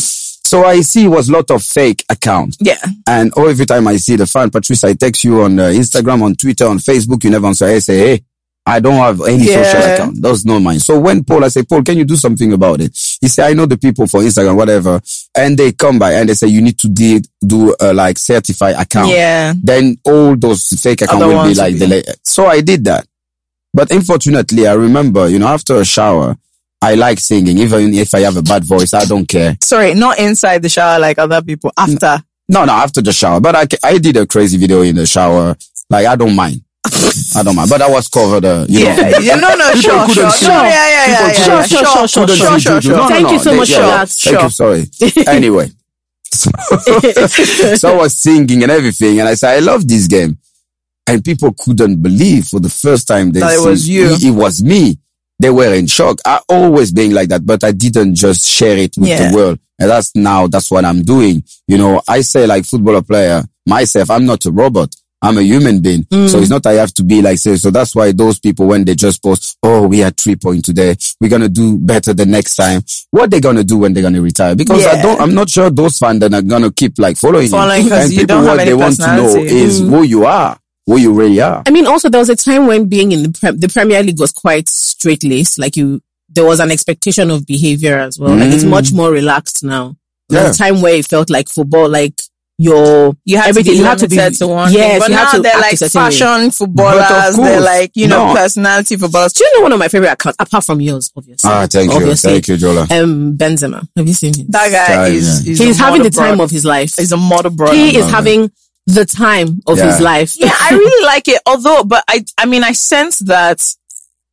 [SPEAKER 1] So I see it was a lot of fake account.
[SPEAKER 5] Yeah.
[SPEAKER 1] And all every time I see the fan, Patrice, I text you on uh, Instagram, on Twitter, on Facebook, you never answer. I say, hey, I don't have any social account. That's not mine. So when Paul, I say, Paul, can you do something about it? He say, I know the people for Instagram, whatever. And they come by and they say, you need to de- do uh, like certified account.
[SPEAKER 5] Yeah.
[SPEAKER 1] Then all those fake accounts
[SPEAKER 5] Other
[SPEAKER 1] will be
[SPEAKER 5] ones will
[SPEAKER 1] like
[SPEAKER 5] be-
[SPEAKER 1] the la- So I did that. But unfortunately, I remember, you know, after a shower, I like singing. Even if I have a bad voice, I don't care.
[SPEAKER 5] Sorry, not inside the shower like other people. After.
[SPEAKER 1] No, no, after the shower. But I, ca- I did a crazy video in the shower. Like, I don't mind. I don't mind. But I was covered, uh, you know.
[SPEAKER 5] Yeah, no, no,
[SPEAKER 1] People
[SPEAKER 5] sure, sure,
[SPEAKER 1] couldn't
[SPEAKER 5] sure,
[SPEAKER 1] see.
[SPEAKER 5] yeah, yeah, yeah,
[SPEAKER 1] People
[SPEAKER 5] yeah,
[SPEAKER 1] couldn't
[SPEAKER 5] yeah,
[SPEAKER 1] see.
[SPEAKER 5] sure, sure,
[SPEAKER 1] Couldn't
[SPEAKER 5] sure,
[SPEAKER 1] see,
[SPEAKER 5] sure,
[SPEAKER 1] couldn't see.
[SPEAKER 5] sure.
[SPEAKER 1] No, no,
[SPEAKER 6] Thank
[SPEAKER 1] no,
[SPEAKER 6] you so
[SPEAKER 1] they-
[SPEAKER 6] much
[SPEAKER 1] yeah,
[SPEAKER 6] for
[SPEAKER 1] yeah.
[SPEAKER 6] that.
[SPEAKER 1] Thank you. Sorry. Anyway. so I was singing and everything. And I said, I love this game. And people couldn't believe for the first time they
[SPEAKER 5] That it was
[SPEAKER 1] see-
[SPEAKER 5] you.
[SPEAKER 1] It, it was me. They were in shock. I always being like that, but I didn't just share it with
[SPEAKER 5] Yeah.
[SPEAKER 1] the world. And that's now, that's what I'm doing. You know, I say like footballer player myself, I'm not a robot. I'm a human being. So it's not I have to be like say. So that's why those people, when they just post, oh, we had three points today. We're going to do better the next time. What they going to do when they're going to retire? Because I
[SPEAKER 5] Yeah.
[SPEAKER 1] don't, I'm not sure those fans that are going to keep like following you.
[SPEAKER 5] Following 'cause
[SPEAKER 1] And
[SPEAKER 5] you
[SPEAKER 1] people,
[SPEAKER 5] don't have
[SPEAKER 1] what
[SPEAKER 5] any
[SPEAKER 1] they want to know
[SPEAKER 5] personality. Mm.
[SPEAKER 1] is who you are, who you really are.
[SPEAKER 6] I mean, also there was a time when being in the pre- the Premier League was quite straight laced. Like you, there was an expectation of behavior as well. Like it's
[SPEAKER 1] Mm.
[SPEAKER 6] much more relaxed now. There
[SPEAKER 1] Yeah.
[SPEAKER 6] was a time where it felt like football, like your
[SPEAKER 5] You had to
[SPEAKER 6] everything.
[SPEAKER 5] be
[SPEAKER 6] you had to be
[SPEAKER 5] limited to one
[SPEAKER 6] Yes,
[SPEAKER 5] thing. But
[SPEAKER 6] you had
[SPEAKER 5] now
[SPEAKER 6] to
[SPEAKER 5] they're
[SPEAKER 6] act
[SPEAKER 5] like
[SPEAKER 6] a certain way.
[SPEAKER 5] fashion footballers. They're
[SPEAKER 1] course,
[SPEAKER 5] like, you know,
[SPEAKER 1] no.
[SPEAKER 5] personality footballers.
[SPEAKER 6] Do you know one of my favorite accounts apart from yours, obviously?
[SPEAKER 1] Ah, thank you.
[SPEAKER 6] Obviously.
[SPEAKER 1] Thank you, Jola.
[SPEAKER 6] Um, Benzema. Have you seen him?
[SPEAKER 5] That guy
[SPEAKER 1] Time,
[SPEAKER 5] is,
[SPEAKER 1] yeah.
[SPEAKER 5] is
[SPEAKER 6] He's
[SPEAKER 5] a
[SPEAKER 6] having the
[SPEAKER 5] model
[SPEAKER 6] time
[SPEAKER 5] brother.
[SPEAKER 6] of his life.
[SPEAKER 5] He's a model brother.
[SPEAKER 6] he is
[SPEAKER 1] man.
[SPEAKER 6] having the time of his
[SPEAKER 1] Yeah.
[SPEAKER 6] life.
[SPEAKER 5] yeah, I really like it. Although, but I, I mean, I sense that,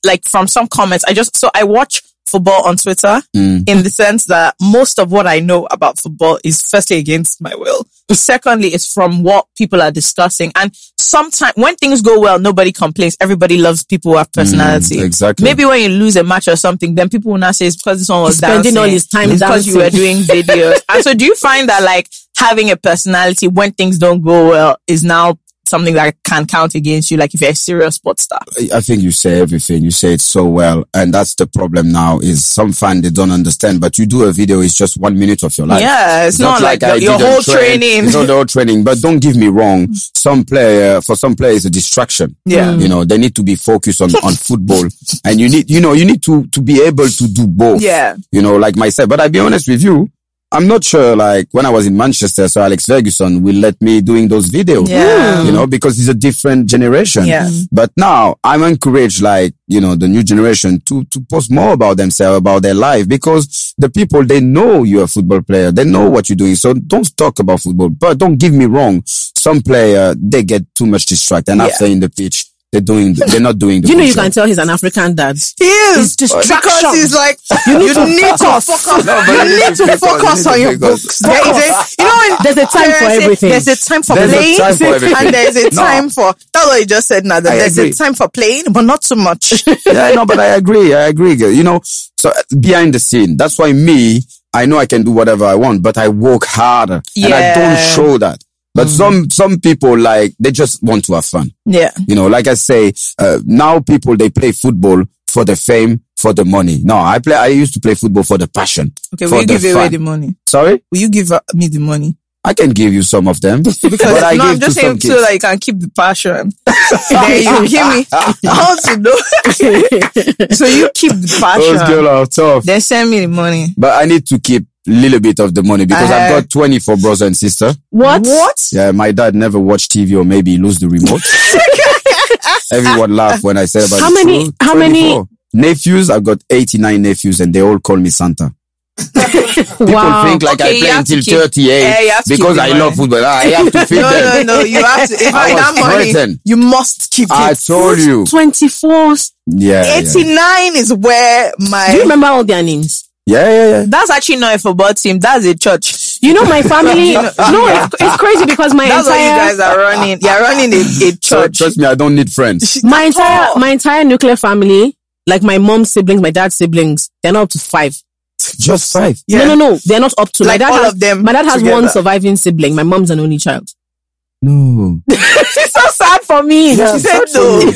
[SPEAKER 5] like from some comments, I just so I watch football on Twitter
[SPEAKER 1] Mm.
[SPEAKER 5] in the sense that most of what I know about football is firstly against my will. Secondly, it's from what people are discussing. And sometimes when things go well, nobody complains. Everybody loves people who have personality.
[SPEAKER 1] Mm, exactly.
[SPEAKER 5] Maybe when you lose a match or something, then people will now say it's because this one was
[SPEAKER 6] Spending
[SPEAKER 5] dancing,
[SPEAKER 6] all his time
[SPEAKER 5] it's because you were
[SPEAKER 6] dancing.
[SPEAKER 5] doing videos. and so do you find that like having a personality when things don't go well is now something that can count against you? Like if you're a serious sports star.
[SPEAKER 1] I think you say everything. You say it so well, and that's the problem now. Is some fan they don't understand, but you do a video. It's just one minute of your life.
[SPEAKER 5] yeah, it's not, like,
[SPEAKER 1] I
[SPEAKER 5] your, your
[SPEAKER 1] didn't
[SPEAKER 5] whole
[SPEAKER 1] train.
[SPEAKER 5] training.
[SPEAKER 1] It's not the whole training, but don't give me wrong. Some player, for some players, it's a distraction.
[SPEAKER 5] Yeah.
[SPEAKER 1] You know, they need to be focused on, on football and you need, you know, you need to, to be able to do both.
[SPEAKER 5] Yeah.
[SPEAKER 1] You know, like myself, but I'll be honest with you. I'm not sure, like when I was in Manchester, so Alex Ferguson will let me doing those videos,
[SPEAKER 5] Yeah.
[SPEAKER 1] you know, because it's a different generation.
[SPEAKER 5] Yeah.
[SPEAKER 1] But now I'm encouraged, like, you know, the new generation to, to post more about themselves, about their life, because the people, they know you're a football player. They know what you're doing. So don't talk about football, but don't give me wrong. Some player, they get too much distracted. And after in the pitch, they're doing, they're not doing the
[SPEAKER 6] You know, you
[SPEAKER 1] good
[SPEAKER 6] can
[SPEAKER 1] job.
[SPEAKER 6] tell he's an African dad.
[SPEAKER 5] He is.
[SPEAKER 6] It's distraction.
[SPEAKER 5] Because he's like, you need, to focus.
[SPEAKER 1] No, but
[SPEAKER 5] you need to focus
[SPEAKER 1] you
[SPEAKER 5] on
[SPEAKER 1] need
[SPEAKER 5] your
[SPEAKER 1] to focus.
[SPEAKER 5] books. There is a, you know, when-
[SPEAKER 6] There's a time
[SPEAKER 5] there
[SPEAKER 6] for
[SPEAKER 5] is a-
[SPEAKER 6] everything.
[SPEAKER 5] There's a time for
[SPEAKER 1] There's a
[SPEAKER 5] playing,
[SPEAKER 1] time for everything.
[SPEAKER 5] and there's a
[SPEAKER 1] No.
[SPEAKER 5] time for. That's what you just said, Nada.
[SPEAKER 1] I
[SPEAKER 5] There's a
[SPEAKER 1] agree.
[SPEAKER 5] time for playing, but not so much.
[SPEAKER 1] yeah, no, but I agree. I agree. girl. You know, so uh, behind the scene, that's why me, I know I can do whatever I want, but I work harder and I
[SPEAKER 5] Yeah. Mm.
[SPEAKER 1] don't show that. But some, some people like, they just want to have fun.
[SPEAKER 5] yeah.
[SPEAKER 1] You know, like I say, uh, now people, they play football for the fame, for the money. No, I play, I used to play football for the passion.
[SPEAKER 5] Okay,
[SPEAKER 1] for
[SPEAKER 5] will you
[SPEAKER 1] the
[SPEAKER 5] give away
[SPEAKER 1] fun.
[SPEAKER 5] the money?
[SPEAKER 1] Sorry?
[SPEAKER 5] Will you give uh, me the money?
[SPEAKER 1] I can give you some of them,
[SPEAKER 5] Because
[SPEAKER 1] but I
[SPEAKER 5] no,
[SPEAKER 1] give
[SPEAKER 5] I'm just
[SPEAKER 1] to some
[SPEAKER 5] saying so
[SPEAKER 1] kids.
[SPEAKER 5] that you can keep the passion. there you give me. I want to know. so you keep the
[SPEAKER 1] Those
[SPEAKER 5] passion.
[SPEAKER 1] girls are tough.
[SPEAKER 5] Then send me the money.
[SPEAKER 1] But I need to keep a little bit of the money because I've
[SPEAKER 5] Uh-huh.
[SPEAKER 1] got 24 brothers and sister.
[SPEAKER 5] What? What?
[SPEAKER 1] Yeah, my dad never watched TV or maybe he lose the remote. Everyone laugh when I said about
[SPEAKER 6] How
[SPEAKER 1] the
[SPEAKER 6] many-
[SPEAKER 1] truth.
[SPEAKER 6] how many-
[SPEAKER 1] 24. nephews? I've got 89 nephews and they all call me Santa. People think like
[SPEAKER 5] Okay, you
[SPEAKER 1] I play
[SPEAKER 5] have
[SPEAKER 1] until
[SPEAKER 5] to keep-
[SPEAKER 1] 38
[SPEAKER 5] Yeah, you have to keep
[SPEAKER 1] because
[SPEAKER 5] the
[SPEAKER 1] I love
[SPEAKER 5] money.
[SPEAKER 1] football. I have to feed
[SPEAKER 5] No,
[SPEAKER 1] them.
[SPEAKER 5] no, no. You have to. If
[SPEAKER 1] I
[SPEAKER 5] I
[SPEAKER 1] was
[SPEAKER 5] that money,
[SPEAKER 1] threatened.
[SPEAKER 5] you must keep
[SPEAKER 1] I
[SPEAKER 5] it.
[SPEAKER 1] told you.
[SPEAKER 6] 24.
[SPEAKER 1] Yeah. yeah.
[SPEAKER 5] 89 is where my.
[SPEAKER 6] Do you remember all their names?
[SPEAKER 1] Yeah, yeah, yeah.
[SPEAKER 5] That's actually not a football team. That's a church.
[SPEAKER 6] You know, my family. no, it's, it's crazy because my
[SPEAKER 5] That's what you
[SPEAKER 6] entire.
[SPEAKER 5] guys are running. You're running a, a
[SPEAKER 1] So
[SPEAKER 5] church.
[SPEAKER 1] trust me, I don't need friends.
[SPEAKER 6] my entire my entire nuclear family, like my mom's siblings, my dad's siblings, they're not up to five.
[SPEAKER 1] Just five.
[SPEAKER 5] Yeah.
[SPEAKER 6] No, no, no, they're not up to.
[SPEAKER 5] Like
[SPEAKER 6] my dad
[SPEAKER 5] all
[SPEAKER 6] has,
[SPEAKER 5] of them
[SPEAKER 6] My dad has
[SPEAKER 5] together.
[SPEAKER 6] one surviving sibling. My mom's an only child.
[SPEAKER 1] No.
[SPEAKER 6] It's so sad for me.
[SPEAKER 5] She said no.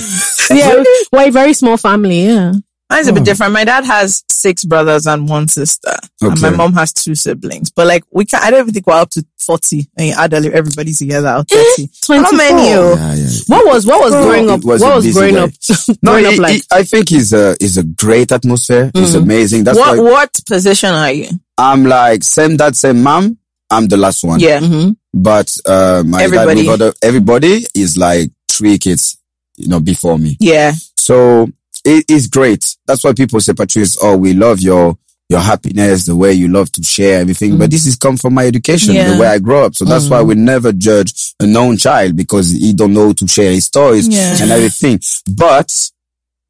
[SPEAKER 6] yeah, we're a very small family. Yeah,
[SPEAKER 5] Mine's a bit different. My dad has six brothers and one sister, and my
[SPEAKER 1] Okay.
[SPEAKER 5] mom has two siblings. But like, we can not I don't even think we're up to forty. And you add all- everybody together, or thirty. How
[SPEAKER 6] 24.
[SPEAKER 5] many? oh?
[SPEAKER 1] Yeah, yeah.
[SPEAKER 6] What was what was growing up?
[SPEAKER 1] It was a
[SPEAKER 6] what was
[SPEAKER 1] busy
[SPEAKER 6] growing
[SPEAKER 1] day.
[SPEAKER 6] up?
[SPEAKER 1] No,
[SPEAKER 6] growing
[SPEAKER 1] he-
[SPEAKER 6] up like
[SPEAKER 1] he- I think he's a he's a great atmosphere. It's amazing. That's
[SPEAKER 5] Mm. What
[SPEAKER 1] why
[SPEAKER 5] what position are you?
[SPEAKER 1] I'm like same dad, same mom. I'm the last one.
[SPEAKER 5] Yeah.
[SPEAKER 6] Mm-hmm.
[SPEAKER 1] But uh, my
[SPEAKER 5] Everybody.
[SPEAKER 1] everybody. Dad, got everybody is like three kids, you know, before me.
[SPEAKER 5] Yeah.
[SPEAKER 1] So it is great. That's why people say, Patrice, oh, we love your your happiness, the way you love to share everything. But this is come from my education,
[SPEAKER 5] Mm. Yeah. Mm.
[SPEAKER 1] the way I grow up. So that's why we never judge a known child because he don't know how to share his toys
[SPEAKER 5] Yeah.
[SPEAKER 1] and everything. But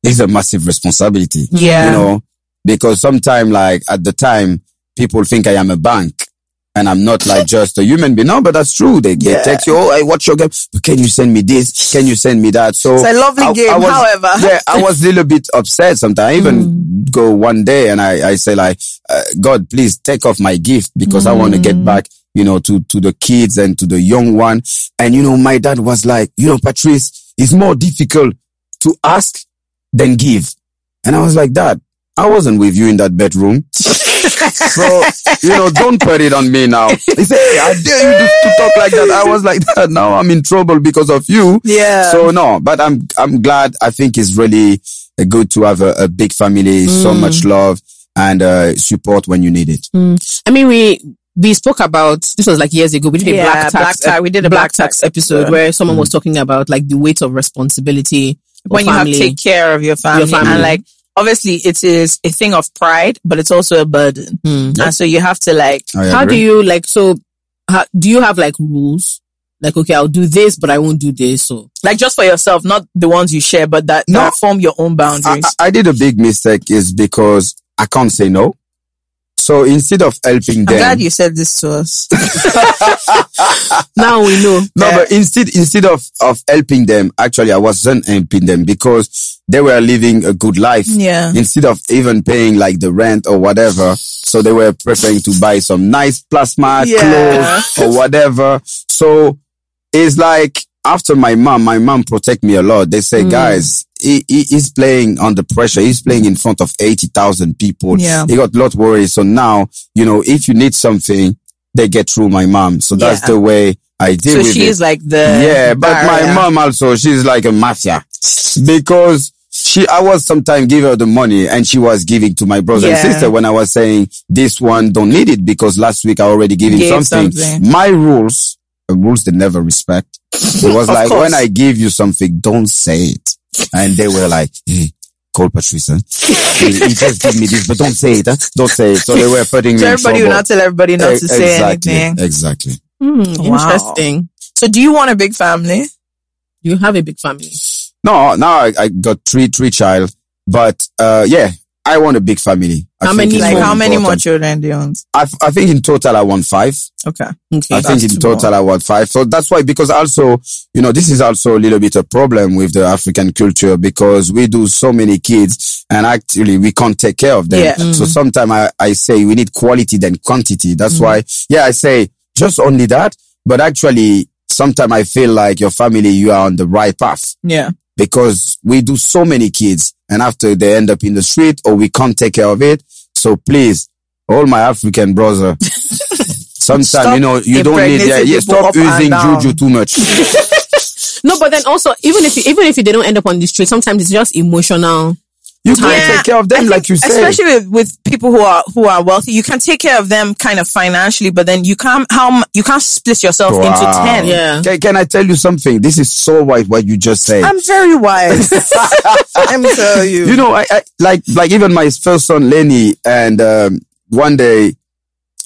[SPEAKER 1] it's a massive responsibility.
[SPEAKER 5] Yeah.
[SPEAKER 1] You know, because sometimes like at the time people think I am a bank and I'm not like just a human being. No, but that's true. They, they text you, oh, I watch your game. But can you send me this? Can you send me that? So
[SPEAKER 5] It's a lovely game, however.
[SPEAKER 1] yeah, I Mm. was a little bit upset sometimes. I even go one day and I, I say like, uh, God, please take off my gift because I want to get back, you know, to, to the kids and to the young one. And, you know, my dad was like, you know, Patrice, it's more difficult to ask than give. And I was like, Dad, I wasn't with you in that bedroom. so, you know, don't put it on me now. He said, hey, I dare you to, to talk like that. I was like that. Now I'm in trouble because of you.
[SPEAKER 5] Yeah.
[SPEAKER 1] So no, but I'm, I'm glad. I think it's really uh, good to have a, a big family, so
[SPEAKER 5] Mm.
[SPEAKER 1] much love and uh, support when you need it.
[SPEAKER 6] I mean, we we spoke about this was like years ago. We did a
[SPEAKER 5] Yeah,
[SPEAKER 6] black tax.
[SPEAKER 5] black tax. uh, We did a black tax
[SPEAKER 6] episode
[SPEAKER 5] episode.
[SPEAKER 6] where someone was talking about like the weight of responsibility of
[SPEAKER 5] when you have to
[SPEAKER 6] family.
[SPEAKER 5] take care of uh, your family,
[SPEAKER 6] family.
[SPEAKER 5] and like obviously it is a thing of pride but it's also a burden
[SPEAKER 6] Mm.
[SPEAKER 5] and so you have to like
[SPEAKER 1] I
[SPEAKER 6] How do
[SPEAKER 1] agree.
[SPEAKER 6] you like? So, how, do you have like rules? Like, okay, I'll do this, but I won't do this. So,
[SPEAKER 5] like just for yourself not the ones you share but that,
[SPEAKER 1] No. Ah,
[SPEAKER 5] that form your own
[SPEAKER 1] I,
[SPEAKER 5] boundaries
[SPEAKER 1] I I did a big mistake is because I can't say no. So instead of helping
[SPEAKER 5] I'm
[SPEAKER 1] them,
[SPEAKER 5] glad you said this to us.
[SPEAKER 6] Now we know.
[SPEAKER 1] No, but instead instead of of helping them, actually, I wasn't helping them because they were living a good life.
[SPEAKER 5] Yeah.
[SPEAKER 1] Instead of even paying like the rent or whatever, so they were preferring to buy some nice plasma
[SPEAKER 5] Yeah.
[SPEAKER 1] clothes or whatever. So it's like after my mom, my mom protect me a lot. They
[SPEAKER 5] Mm.
[SPEAKER 1] say, guys, he, he, he's playing under pressure. He's playing in front of 80,000 people.
[SPEAKER 5] Yeah.
[SPEAKER 1] He got a lot worried. So now, you know, if you need something, they get through my mom. So that's
[SPEAKER 5] Yeah.
[SPEAKER 1] the way I deal
[SPEAKER 5] so
[SPEAKER 1] with
[SPEAKER 5] she
[SPEAKER 1] it.
[SPEAKER 5] is like the
[SPEAKER 1] yeah, but my
[SPEAKER 5] barrier.
[SPEAKER 1] mom also, she's like a mafia because she, I was sometimes give her the money and she was giving to my brother
[SPEAKER 5] Yeah.
[SPEAKER 1] and sister when I was saying this one don't need it because last week I already gave him
[SPEAKER 5] Gave
[SPEAKER 1] something.
[SPEAKER 5] something.
[SPEAKER 1] My rules, uh, rules they never respect. It was
[SPEAKER 5] Of
[SPEAKER 1] like,
[SPEAKER 5] course.
[SPEAKER 1] when I give you something, don't say it. And they were like, hey, call Patrice. Huh? he, he just give me this, but don't say it. Huh? Don't say it. So they were putting me
[SPEAKER 5] So
[SPEAKER 1] in
[SPEAKER 5] everybody will
[SPEAKER 1] trouble.
[SPEAKER 5] not tell everybody not
[SPEAKER 1] E-
[SPEAKER 5] to say
[SPEAKER 1] exactly,
[SPEAKER 5] anything.
[SPEAKER 1] Exactly.
[SPEAKER 5] Wow.
[SPEAKER 6] Hmm, Interesting.
[SPEAKER 5] So do you want a big family?
[SPEAKER 6] You have a big family.
[SPEAKER 1] No, now I, I got three three child, but uh yeah, I want a big family. I
[SPEAKER 6] How
[SPEAKER 1] think
[SPEAKER 6] many
[SPEAKER 1] it's
[SPEAKER 5] Like
[SPEAKER 1] very
[SPEAKER 5] how many more
[SPEAKER 1] important.
[SPEAKER 5] children do you want?
[SPEAKER 1] I, f- I think in total I want five.
[SPEAKER 5] Okay.
[SPEAKER 6] Okay.
[SPEAKER 1] I think
[SPEAKER 5] that's
[SPEAKER 1] in
[SPEAKER 5] too
[SPEAKER 1] total I want five. So that's why because also you know this is also a little bit a problem with the African culture because we do so many kids and actually we can't take care of them.
[SPEAKER 5] Yeah. Mm.
[SPEAKER 1] So sometimes I I say we need quality than quantity. That's why yeah I say just only that, but actually sometimes I feel like your family you are on the right path
[SPEAKER 5] Yeah.
[SPEAKER 1] because we do so many kids and after they end up in the street or we can't take care of it. So please, all my African brother, sometimes, you know, you don't need, yeah,
[SPEAKER 5] impregnating
[SPEAKER 1] yeah,
[SPEAKER 5] people
[SPEAKER 1] stop
[SPEAKER 5] up and
[SPEAKER 1] using
[SPEAKER 5] down.
[SPEAKER 1] juju too much.
[SPEAKER 6] No, but then also, even if you, even if you, they don't end up on the street, sometimes it's just emotional.
[SPEAKER 1] You can't
[SPEAKER 5] Yeah,
[SPEAKER 1] take care of them
[SPEAKER 5] I
[SPEAKER 1] like
[SPEAKER 5] think
[SPEAKER 1] you said.
[SPEAKER 5] Especially with, with people who are who are wealthy, you can take care of them kind of financially, but then you can't how m- you can't split yourself into
[SPEAKER 1] Wow.
[SPEAKER 5] ten.
[SPEAKER 6] Yeah.
[SPEAKER 1] Can, can I tell you something? This is so wide what you just said.
[SPEAKER 5] I'm very wise. Let me tell you.
[SPEAKER 1] you know, I, I like like even my first son Lenny, and um, one day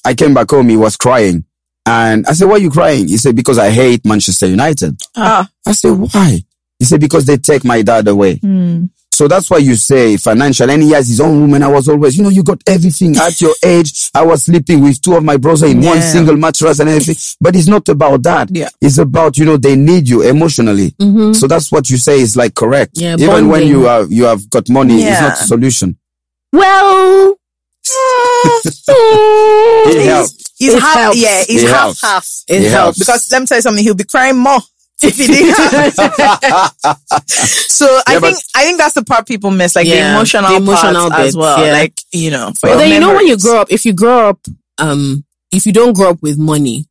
[SPEAKER 1] I came back home, he was crying, and I said, "Why are you crying?" He said, "Because I hate Manchester United."
[SPEAKER 5] Ah.
[SPEAKER 1] I said, "Why?" He said, "Because they take my dad away."
[SPEAKER 5] Hmm.
[SPEAKER 1] So that's why you say financial. And he has his own room. And I was always, you know, you got everything at your age. I was sleeping with two of my brothers in one
[SPEAKER 5] Yeah.
[SPEAKER 1] single mattress and everything. But it's not about that.
[SPEAKER 5] Yeah. Mm-hmm.
[SPEAKER 1] It's about, you know, they need you emotionally.
[SPEAKER 6] Mm-hmm.
[SPEAKER 1] So that's what you say is like correct.
[SPEAKER 6] Yeah,
[SPEAKER 1] Even when
[SPEAKER 6] bonding.
[SPEAKER 1] you have, you have got money, it's
[SPEAKER 5] Yeah.
[SPEAKER 1] not a solution.
[SPEAKER 6] Well,
[SPEAKER 1] It helps.
[SPEAKER 5] He's
[SPEAKER 6] It
[SPEAKER 5] half,
[SPEAKER 6] helps.
[SPEAKER 5] yeah, he's
[SPEAKER 1] It
[SPEAKER 5] half,
[SPEAKER 1] helps.
[SPEAKER 5] half.
[SPEAKER 6] it
[SPEAKER 1] Yeah.
[SPEAKER 6] helps.
[SPEAKER 5] Because let me tell you something, he'll be crying more if he didn't have. so I
[SPEAKER 1] Yeah, but-
[SPEAKER 5] think I think that's the part people miss, like
[SPEAKER 6] Yeah,
[SPEAKER 5] the emotional,
[SPEAKER 6] the emotional
[SPEAKER 5] part as
[SPEAKER 6] bit,
[SPEAKER 5] well.
[SPEAKER 6] yeah.
[SPEAKER 5] Like you know,
[SPEAKER 6] But
[SPEAKER 5] for your
[SPEAKER 6] then you know when you
[SPEAKER 5] memories.
[SPEAKER 6] grow up, if you grow up, um, if you don't grow up with money,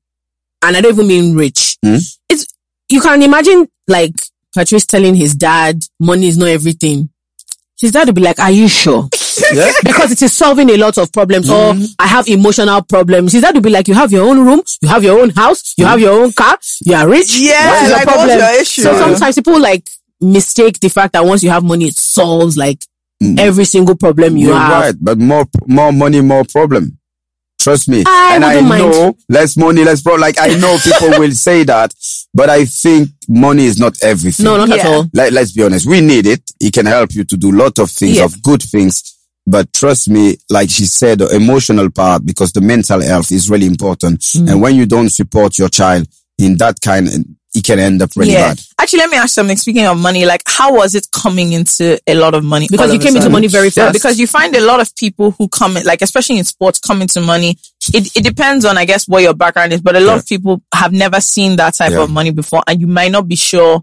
[SPEAKER 6] and I don't even mean rich,
[SPEAKER 1] Hmm?
[SPEAKER 6] it's you can imagine like Patrice telling his dad, "Money is not everything." His dad would be like, "Are you sure?"
[SPEAKER 1] Yeah.
[SPEAKER 6] Because it is solving a lot of problems. Or I have emotional problems. His dad would be like, "You have your own room, you have your own house, you have your own car, you are rich."
[SPEAKER 5] Yeah,
[SPEAKER 6] What's your
[SPEAKER 5] like what's
[SPEAKER 6] problem?
[SPEAKER 5] your issue?
[SPEAKER 6] So sometimes people like mistake the fact that once you have money, it solves like every single problem you
[SPEAKER 1] You're
[SPEAKER 6] have.
[SPEAKER 1] right. But more, more money, more problem. Trust me.
[SPEAKER 6] I
[SPEAKER 1] and I
[SPEAKER 6] wouldn't mind.
[SPEAKER 1] know less money, less problem. Like I know people will say that, but I think money is not everything.
[SPEAKER 6] No, not at
[SPEAKER 5] Yeah.
[SPEAKER 6] all.
[SPEAKER 1] Let, let's be honest. We need it. It can help you to do lot of things,
[SPEAKER 5] Yeah.
[SPEAKER 1] of good things. But trust me, like she said, the emotional part, because the mental health is really important.
[SPEAKER 6] Mm.
[SPEAKER 1] And when you don't support your child in that kind, it can end up really bad.
[SPEAKER 5] Actually, let me ask you something. Speaking of money, like how was it coming into a lot of money?
[SPEAKER 6] Because
[SPEAKER 5] all
[SPEAKER 6] you
[SPEAKER 5] of a
[SPEAKER 6] came into
[SPEAKER 5] sudden?
[SPEAKER 6] money very
[SPEAKER 5] Yeah,
[SPEAKER 6] fast.
[SPEAKER 5] because you find a lot of people who come in, like especially in sports, come into money. It, it depends on, I guess, what your background is, but a lot
[SPEAKER 1] Yeah.
[SPEAKER 5] of people have never seen that type
[SPEAKER 1] Yeah.
[SPEAKER 5] of money before, and you might not be sure.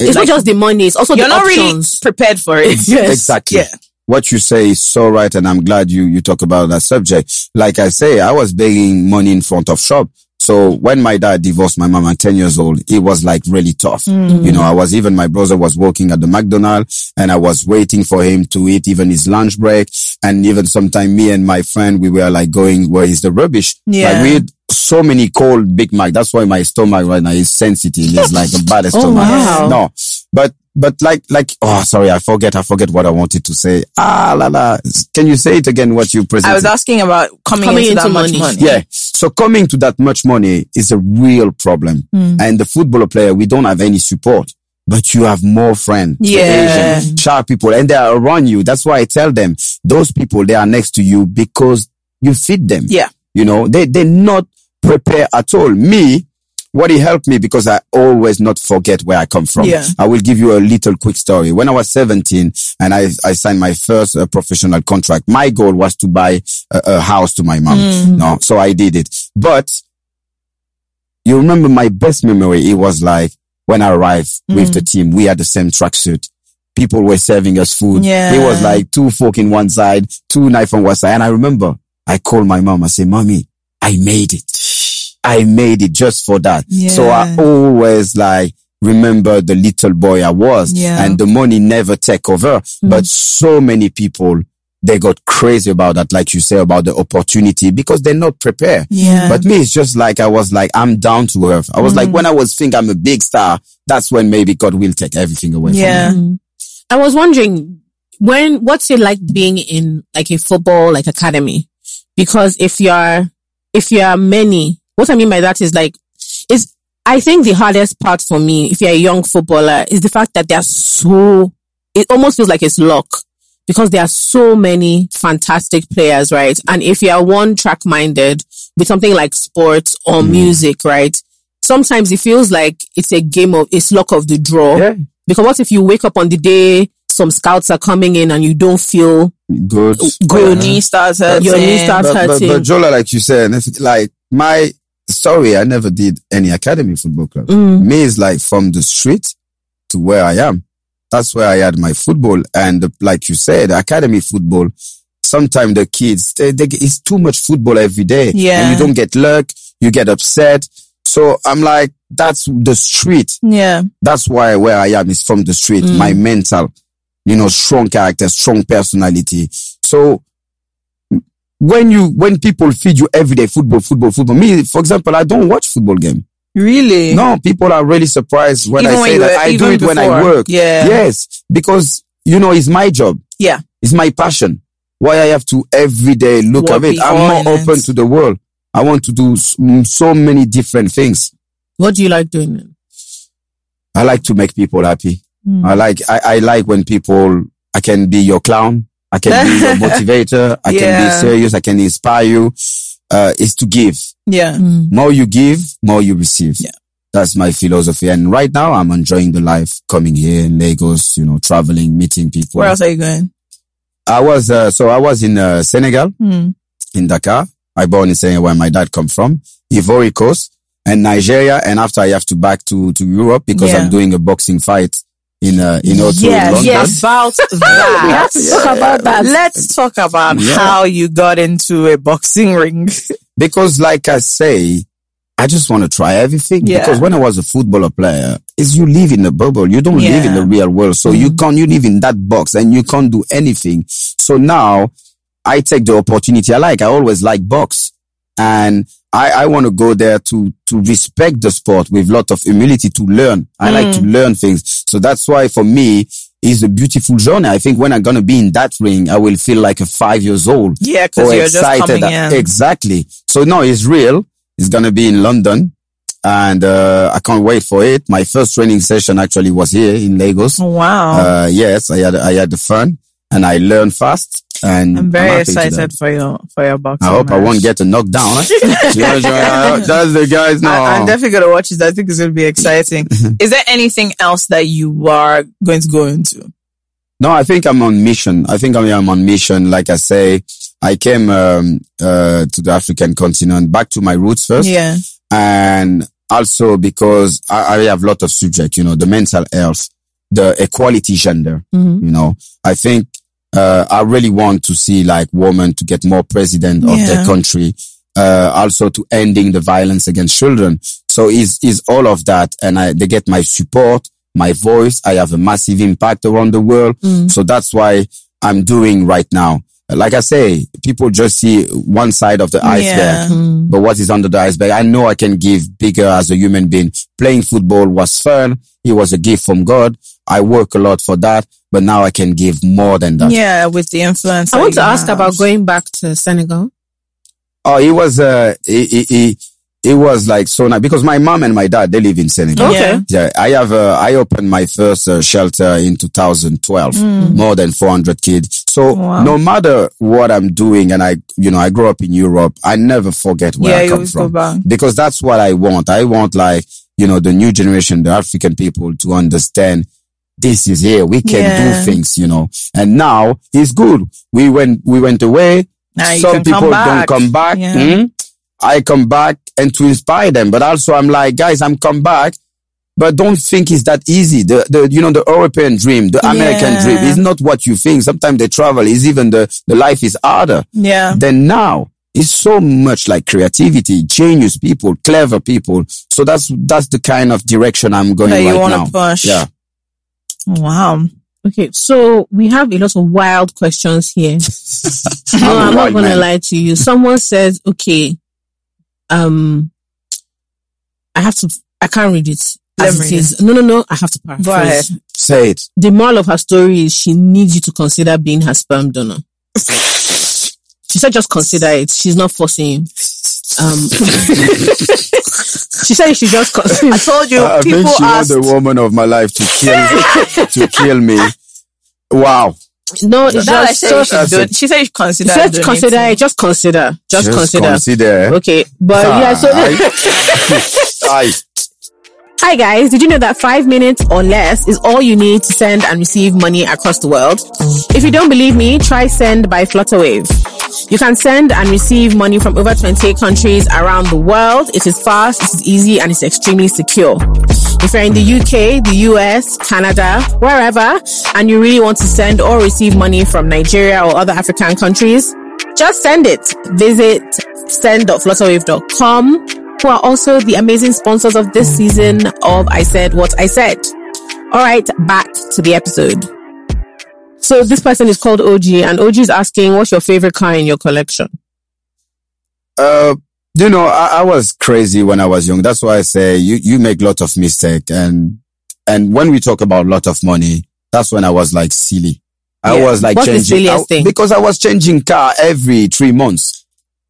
[SPEAKER 6] It's not just the money; it's also
[SPEAKER 5] You're
[SPEAKER 6] the
[SPEAKER 5] not
[SPEAKER 6] options.
[SPEAKER 5] really prepared for it.
[SPEAKER 6] yes.
[SPEAKER 1] Exactly.
[SPEAKER 5] Yeah.
[SPEAKER 1] What you say is so right, and I'm glad you you talk about that subject. Like I say, I was begging money in front of shop. So when my dad divorced my mom at 10 years old, it was like really tough. You know, I was even, my brother was working at the McDonald's and I was waiting for him to eat even his lunch break. And even sometime me and my friend, we were like going, where is the rubbish?
[SPEAKER 5] Yeah.
[SPEAKER 1] Like we had so many cold Big Mac. That's why my stomach right now is sensitive. It's like a bad stomach.
[SPEAKER 6] wow.
[SPEAKER 1] No, but but like like oh sorry I forget I forget what I wanted to say ah la la can you say it again what you presented
[SPEAKER 5] I was asking about coming,
[SPEAKER 6] Coming
[SPEAKER 5] into,
[SPEAKER 6] into
[SPEAKER 5] that
[SPEAKER 6] money.
[SPEAKER 5] much money.
[SPEAKER 1] yeah so coming
[SPEAKER 5] Hmm.
[SPEAKER 1] to that much money is a real problem and the football player we don't have any support but you have more friends.
[SPEAKER 5] Yeah.
[SPEAKER 1] Asian, sharp people, and they are around you. That's why I tell them those people they are next to you because you feed them.
[SPEAKER 5] Yeah.
[SPEAKER 1] You know, they they not prepare at all. Me, what it helped me because I always not forget where I come from.
[SPEAKER 5] Yeah.
[SPEAKER 1] I will give you a little quick story. When I was 17 and I, I signed my first uh, professional contract, my goal was to buy a, a house to my mom. No, so I did it. But you remember my best memory, it was like when I arrived with the team, we had the same tracksuit. People were serving us food.
[SPEAKER 5] Yeah.
[SPEAKER 1] It was like two fork in one side, two knife on one side. And I remember I called my mom. I said, mommy, I made it. I made it just for that. So I always like remember the little boy I was
[SPEAKER 7] Yeah.
[SPEAKER 1] and the money never take over. But so many people, they got crazy about that. Like you say about the opportunity because they're not prepared.
[SPEAKER 7] Yeah.
[SPEAKER 1] But me, it's just like I was like, I'm down to earth. I was like, when I was think I'm a big star, that's when maybe God will take everything away
[SPEAKER 5] Yeah.
[SPEAKER 1] from me.
[SPEAKER 6] Mm-hmm. I was wondering when what's it like being in like a football like academy? Because if you're if you are many, what I mean by that is like is I think the hardest part for me if you're a young footballer is the fact that there's so it almost feels like it's luck because there are so many fantastic players, right? And if you are one track minded with something like sports or music, right? Sometimes it feels like it's a game of it's luck of the draw. Because what if you wake up on the day some scouts are coming in and you don't feel
[SPEAKER 1] Good.
[SPEAKER 5] Your knee starts hurting.
[SPEAKER 6] your knee starts
[SPEAKER 1] but, but,
[SPEAKER 6] hurting?
[SPEAKER 1] but Jola, like you said, and if it- like my sorry, I never did any academy football club.
[SPEAKER 6] Mm.
[SPEAKER 1] Me is like from the street to where I am. That's where I had my football, and the, like you said, academy football. Sometimes the kids, they, they, it's too much football every day,
[SPEAKER 5] Yeah.
[SPEAKER 1] and you don't get luck. You get upset. So I'm like, that's the street.
[SPEAKER 5] Yeah.
[SPEAKER 1] That's why where I am is from the street.
[SPEAKER 6] Mm.
[SPEAKER 1] My mental, you know, strong character, strong personality. So when you when people feed you every day football, football, football. Me, for example, I don't watch football game.
[SPEAKER 5] Really?
[SPEAKER 1] No, people are really surprised when I say that. I do
[SPEAKER 5] even
[SPEAKER 1] it when I
[SPEAKER 5] before.
[SPEAKER 1] work.
[SPEAKER 5] Yeah.
[SPEAKER 1] Yes, because you know it's my job.
[SPEAKER 5] Yeah.
[SPEAKER 1] it's my passion. Why I have to every day look
[SPEAKER 5] What
[SPEAKER 1] at it.
[SPEAKER 5] we
[SPEAKER 1] I'm
[SPEAKER 5] want
[SPEAKER 1] more open
[SPEAKER 5] is-
[SPEAKER 1] to the world. I want to do s- mm, so many different things.
[SPEAKER 6] What do you like doing? then?
[SPEAKER 1] I like to make people happy.
[SPEAKER 5] Mm.
[SPEAKER 1] I like, I, I like when people, I can be your clown. I can be your motivator. I can be
[SPEAKER 5] Yeah.
[SPEAKER 1] serious. I can inspire you. Uh, is to give.
[SPEAKER 5] Yeah.
[SPEAKER 6] Mm,
[SPEAKER 1] More you give, more you receive. Yeah. That's my philosophy. And right now I'm enjoying the life coming here in Lagos, you know, traveling, meeting people.
[SPEAKER 5] Where else are you going?
[SPEAKER 1] I was, uh, so I was in, uh, Senegal,
[SPEAKER 5] Hmm.
[SPEAKER 7] Mm.
[SPEAKER 1] in Dakar. I born in Senegal where my dad come from, Ivory Coast and Nigeria. And after I have to back to, to Europe because
[SPEAKER 5] Yeah.
[SPEAKER 1] I'm doing a boxing fight in, uh, in Otto, in London.
[SPEAKER 5] about that.
[SPEAKER 1] We have to talk Yeah. about that.
[SPEAKER 5] Let's talk about
[SPEAKER 1] Yeah.
[SPEAKER 5] how you got into a boxing ring.
[SPEAKER 1] because like I say, I just want to try everything.
[SPEAKER 5] Yeah.
[SPEAKER 1] Because when I was a footballer player, is you live in a bubble. You don't live in
[SPEAKER 5] Yeah. Mm-hmm.
[SPEAKER 1] the real world. So you can't, you live in that box and you can't do anything. So now I take the opportunity I like. I always like box and I, I want to go there to, to respect the sport with lot of humility to learn. I like
[SPEAKER 5] Mm.
[SPEAKER 1] to learn things. So that's why for me, it's a beautiful journey. I think when I'm going to be in that ring, I will feel like a five years old
[SPEAKER 5] Yeah,
[SPEAKER 1] or
[SPEAKER 5] because you're just
[SPEAKER 1] Oh, excited.
[SPEAKER 5] coming in.
[SPEAKER 1] Exactly. So no, it's real. It's gonna be in London, and uh, I can't wait for it. My first training session actually was here in Lagos.
[SPEAKER 5] Oh, Wow.
[SPEAKER 1] Uh, yes, I had I had the fun and I learned fast. And
[SPEAKER 5] I'm very
[SPEAKER 1] happy to that.
[SPEAKER 5] excited for your for your boxing.
[SPEAKER 1] I hope I
[SPEAKER 5] match.
[SPEAKER 1] won't get a knockdown. eh? You know, I hope- That's the guys. No, Mm-hmm.
[SPEAKER 5] I, am definitely gonna watch it. I think it's gonna be exciting. Is there anything else that you are going to go into?
[SPEAKER 1] No, I think I'm on mission. I think I am on mission. Like I say, I came um, uh, to the African continent, back to my roots first.
[SPEAKER 5] Yeah.
[SPEAKER 1] and also because I, I have a lot of subject, you know, the mental health, the equality gender,
[SPEAKER 6] mm,
[SPEAKER 1] you know, I think, uh, I really want to see like women to get more president of their
[SPEAKER 5] Yeah.
[SPEAKER 1] country, uh, also to ending the violence against children. So is, is all of that. And I, they get my support, my voice. I have a massive impact around the world.
[SPEAKER 5] Mm-hmm.
[SPEAKER 6] mm,
[SPEAKER 1] So that's why I'm doing right now. Like I say, people just see one side of the iceberg
[SPEAKER 5] Yeah.
[SPEAKER 6] mm.
[SPEAKER 1] but what is under the iceberg? I know I can give bigger as a human being. Playing football was fun. It was a gift from God. I work a lot for that, but now I can give more than that.
[SPEAKER 5] Yeah, with the influence.
[SPEAKER 6] I
[SPEAKER 5] that
[SPEAKER 6] want to
[SPEAKER 5] you
[SPEAKER 6] ask
[SPEAKER 5] have.
[SPEAKER 6] about going back to Senegal.
[SPEAKER 1] Oh, it was, uh, he, he, he, it was like so nice because my mom and my dad they live in Senegal.
[SPEAKER 5] Oh.
[SPEAKER 6] Okay.
[SPEAKER 1] Yeah, I have. Uh, I opened my first uh, shelter in 2012.
[SPEAKER 5] Mm.
[SPEAKER 1] More than 400 kids.
[SPEAKER 5] Oh,
[SPEAKER 1] So no matter what I'm doing, and I, you know, I grew up in Europe. I never forget where
[SPEAKER 5] Yeah,
[SPEAKER 1] I
[SPEAKER 5] you
[SPEAKER 1] come
[SPEAKER 5] always go
[SPEAKER 1] from
[SPEAKER 5] back.
[SPEAKER 1] because that's what I want. I want like you know the new generation, the African people to understand this is here. We can
[SPEAKER 5] Yeah.
[SPEAKER 1] do things, you know. And now it's good. We went. We went away.
[SPEAKER 5] Now you
[SPEAKER 1] Some
[SPEAKER 5] Ah, can come
[SPEAKER 1] people
[SPEAKER 5] back.
[SPEAKER 1] don't come back.
[SPEAKER 5] Yeah.
[SPEAKER 1] hmm? I come back and to inspire them. But also I'm like, guys, I'm come back, but don't think it's that easy. The, the, you know, the European dream, the American
[SPEAKER 5] Yeah.
[SPEAKER 1] dream is not what you think. Sometimes the travel is even the, the life is harder
[SPEAKER 5] Yeah.
[SPEAKER 1] than now. It's so much like creativity, genius people, clever people. So that's, that's the kind of direction I'm going
[SPEAKER 5] That you
[SPEAKER 1] right
[SPEAKER 5] wanna
[SPEAKER 1] now.
[SPEAKER 5] push.
[SPEAKER 1] Yeah.
[SPEAKER 5] Wow.
[SPEAKER 6] Okay, so we have a lot of wild questions here. no,
[SPEAKER 1] a
[SPEAKER 6] I'm not
[SPEAKER 1] wild
[SPEAKER 6] gonna
[SPEAKER 1] man.
[SPEAKER 6] lie to you. Someone says, okay, um, I have to, I can't read it.
[SPEAKER 5] Let
[SPEAKER 6] as
[SPEAKER 5] me
[SPEAKER 6] it
[SPEAKER 5] read
[SPEAKER 6] is. No, no, no, I have to paraphrase.
[SPEAKER 5] Go ahead.
[SPEAKER 1] Say it.
[SPEAKER 6] The moral of her story is she needs you to consider being her sperm donor. she said, just consider it. She's not forcing you. Um, she said, you should just consider.
[SPEAKER 5] I told you,
[SPEAKER 1] I
[SPEAKER 5] people
[SPEAKER 1] think she
[SPEAKER 5] asked.
[SPEAKER 1] was the woman of my life to kill, to kill me. Wow.
[SPEAKER 6] No, it's
[SPEAKER 5] That I
[SPEAKER 6] just,
[SPEAKER 5] said you should
[SPEAKER 1] That's
[SPEAKER 5] do
[SPEAKER 1] it.
[SPEAKER 5] She said you
[SPEAKER 6] she
[SPEAKER 5] should consider.
[SPEAKER 6] said,
[SPEAKER 5] donating.
[SPEAKER 6] consider it. Just consider. Just, consider. Ah. Okay, but yeah. So
[SPEAKER 1] I, I,
[SPEAKER 6] Hi guys, did you know that five minutes or less is all you need to send and receive money across the world? If you don't believe me, try Send by Flutterwave. You can send and receive money from over 28 countries around the world. It is fast, it is easy, and it's extremely secure. If you're in the UK, the US, Canada, wherever, and you really want to send or receive money from Nigeria or other African countries, just send it. Visit send.flutterwave.com, who are also the amazing sponsors of this season of I Said What I Said. All right, back to the episode. So this person is called OG, and OG is asking, "What's your favorite car in your collection?"
[SPEAKER 1] uh, you know, I, I was crazy when I was young. That's why I say you, you make lot of mistake. And, and when we talk about lot of money, that's when I was like silly. I
[SPEAKER 6] Yeah.
[SPEAKER 1] was like
[SPEAKER 6] What's the
[SPEAKER 1] changing I-
[SPEAKER 6] silliest thing?
[SPEAKER 1] because I was changing car every three months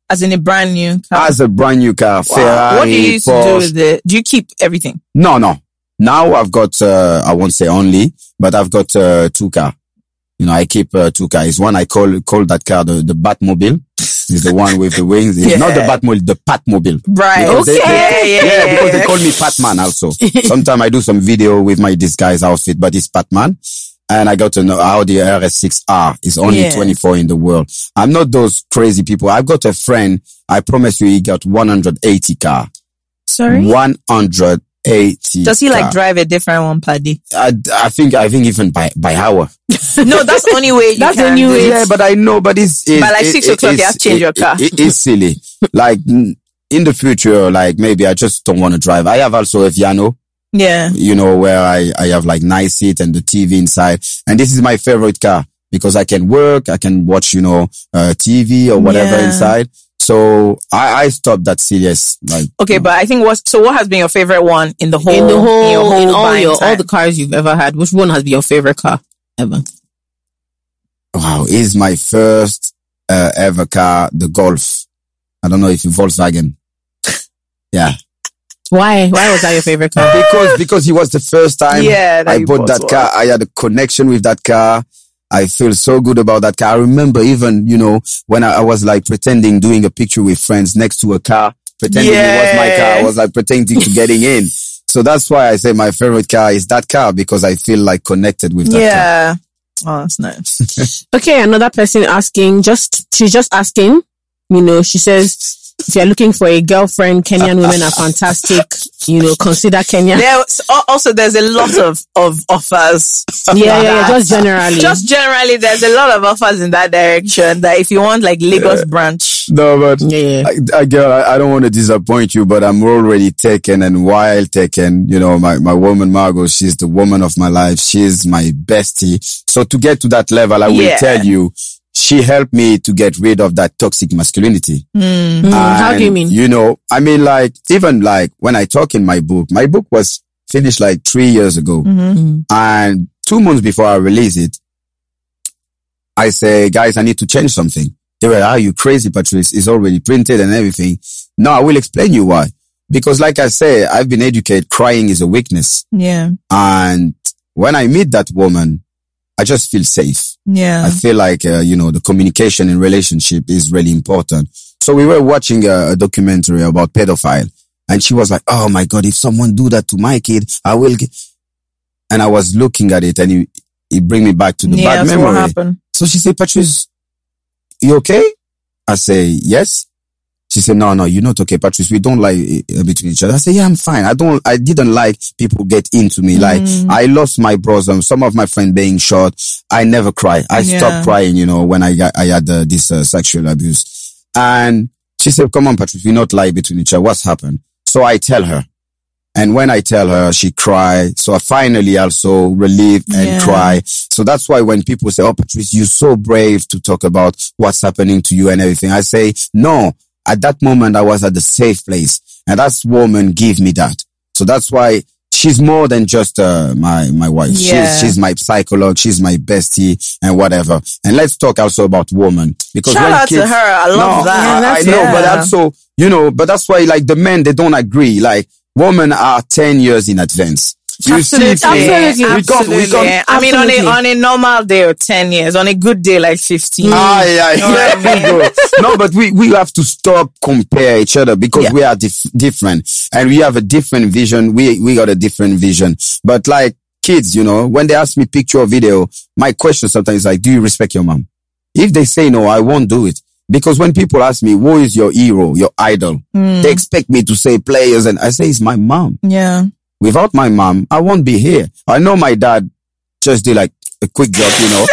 [SPEAKER 5] as in a brand new car.
[SPEAKER 1] as a brand new car.
[SPEAKER 5] Wow.
[SPEAKER 1] Ferrari,
[SPEAKER 5] what do you used to do
[SPEAKER 1] Porsche.
[SPEAKER 5] with it? Do you keep everything?
[SPEAKER 1] No, no. Now I've got, uh, I won't say only, but I've got, uh, two car. You know, I keep, uh, two car. It's one I call, call that car the, the Batmobile. It's the one with the wings. It's not the
[SPEAKER 5] Yeah.
[SPEAKER 1] Batmobile, the Patmobile.
[SPEAKER 5] Right.
[SPEAKER 1] Because they-
[SPEAKER 5] okay.
[SPEAKER 1] Yeah,
[SPEAKER 5] yeah, yeah,
[SPEAKER 1] because they
[SPEAKER 5] yeah.
[SPEAKER 1] call me Patman also. Sometimes I do some video with my disguise outfit, but it's Patman. And I got an Audi RS6R. It's only
[SPEAKER 5] Yeah.
[SPEAKER 1] 24 in the world. I'm not those crazy people. I've got a friend. I promise you, he got 180 car.
[SPEAKER 5] Sorry.
[SPEAKER 1] 180.
[SPEAKER 5] Does he
[SPEAKER 1] car.
[SPEAKER 5] like drive a different one per day?
[SPEAKER 1] I, I think I think even by by hour.
[SPEAKER 5] No, that's the only way. You
[SPEAKER 6] That's the
[SPEAKER 5] can
[SPEAKER 6] new
[SPEAKER 5] do it.
[SPEAKER 6] way.
[SPEAKER 1] Yeah, but I know, but it's, it's
[SPEAKER 5] By like six o'clock, you
[SPEAKER 1] it's-
[SPEAKER 5] have to change
[SPEAKER 1] it-
[SPEAKER 5] your car.
[SPEAKER 1] It, it's silly. like n- in the future, like maybe I just don't want to drive. I have also a piano,
[SPEAKER 5] Yeah.
[SPEAKER 1] you know, where I I have like nice seat and the TV inside, and this is my favorite car because I can work, I can watch, you know, uh, TV or whatever
[SPEAKER 5] Yeah.
[SPEAKER 1] inside. So I I stopped that serious like
[SPEAKER 5] Okay, but I think what so what has been your favorite one in the whole
[SPEAKER 6] in the whole,
[SPEAKER 5] your
[SPEAKER 6] in all
[SPEAKER 5] buying
[SPEAKER 6] your all
[SPEAKER 5] time?
[SPEAKER 6] the cars you've ever had, which one has been your favorite car ever?
[SPEAKER 1] wow is my first uh, ever car the Golf. I don't know if you Volkswagen. Yeah.
[SPEAKER 6] Why? Why was that your favorite car?
[SPEAKER 1] because because he was the first time
[SPEAKER 5] Ah. Yeah, that
[SPEAKER 1] I
[SPEAKER 5] you
[SPEAKER 1] bought
[SPEAKER 5] bought
[SPEAKER 1] that
[SPEAKER 5] one.
[SPEAKER 1] car. I had a connection with that car. I feel so good about that car. I remember even you know when I, I was like pretending doing a picture with friends next to a car, pretending it was my car. I
[SPEAKER 5] Yeah.
[SPEAKER 1] was like pretending to getting in. So that's why I say my favorite car is that car because I feel like connected with that car.
[SPEAKER 5] yeah. Oh, that's nice.
[SPEAKER 6] Okay, another person asking, just she's just asking, you know, she says if you're looking for a girlfriend, Kenyan women are fantastic. You know, consider Kenya. Yeah,
[SPEAKER 5] There also there's a lot of of offers.
[SPEAKER 6] yeah, yeah, just generally.
[SPEAKER 5] Just generally, there's a lot of offers in that direction. That if you want like Lagos branch,
[SPEAKER 1] No, but
[SPEAKER 6] yeah, yeah.
[SPEAKER 1] I, I, girl, I, I don't want to disappoint you, but I'm already taken and while taken, you know, my, my woman Margot, she's the woman of my life. She's my bestie. So to get to that level, I will
[SPEAKER 5] Yeah.
[SPEAKER 1] tell you, she helped me to get rid of that toxic masculinity.
[SPEAKER 6] Mm, how do you
[SPEAKER 1] And,
[SPEAKER 6] mean?
[SPEAKER 1] You know, I mean, like, even like when I talk in my book, my book was finished like three years ago.
[SPEAKER 6] Mm-hmm.
[SPEAKER 1] And two months before I release it, I say, guys, I need to change something. They were, are you crazy, Patrice? It's already printed and everything. No, I will explain you why. Because like I say, I've been educated, crying is a weakness.
[SPEAKER 7] Yeah.
[SPEAKER 1] And when I meet that woman, I just feel safe.
[SPEAKER 7] Yeah.
[SPEAKER 1] I feel like, uh, you know, the communication in relationship is really important. So we were watching a, a documentary about pedophile and she was like, Oh my God, if someone do that to my kid, I will get, and I was looking at it and it, it bring me back to the
[SPEAKER 7] yeah.
[SPEAKER 1] bad
[SPEAKER 7] That's what
[SPEAKER 1] memory.
[SPEAKER 7] happened.
[SPEAKER 1] So she said, Patrice, you okay? I say, yes. She said, no, no, you're not okay, Patrice. We don't lie uh, between each other. I say, yeah, I'm fine. I don't, I didn't like people get into me. Like I lost my brother, some of my friends being shot. I never cry. I
[SPEAKER 7] Yeah.
[SPEAKER 1] stopped crying, you know, when I got, I had uh, this uh, sexual abuse. And she said, come on, Patrice, we not lie between each other. What's happened? So I tell her. And when I tell her, she cry. So I finally also relieve and
[SPEAKER 7] Yeah.
[SPEAKER 1] cry. So that's why when people say, Oh, Patrice, you're so brave to talk about what's happening to you and everything. I say, no, at that moment, I was at the safe place and that's woman gave me that. So that's why she's more than just, uh, my, my wife.
[SPEAKER 7] Yeah.
[SPEAKER 1] She's, she's my psychologue. She's my bestie and whatever. And let's talk also about woman because
[SPEAKER 5] Shout
[SPEAKER 1] when
[SPEAKER 5] out to
[SPEAKER 1] kids-
[SPEAKER 5] her. I love
[SPEAKER 1] no,
[SPEAKER 5] that.
[SPEAKER 1] I, I know, but also, you know, but that's why like the men, they don't agree. Like women are 10 years in advance. You
[SPEAKER 5] Absolutely.
[SPEAKER 1] see, things-
[SPEAKER 5] Absolutely.
[SPEAKER 1] We come, we come.
[SPEAKER 5] I mean, on a, on a normal day or 10 years, on a good day, like 15.
[SPEAKER 1] Aye, aye, there Mm. we go. No, but we, we have to stop compare each other because we are dif- different and we have a different vision. We, we got a different vision. But like kids, you know, when they ask me picture or video, my question sometimes is like, do you respect your mom? If they say no, I won't do it. Because when people ask me, who is your hero, your idol? They expect me to say players and I say it's my mom.
[SPEAKER 7] Yeah.
[SPEAKER 1] Without my mom, I won't be here. I know my dad just did like a quick job, you know,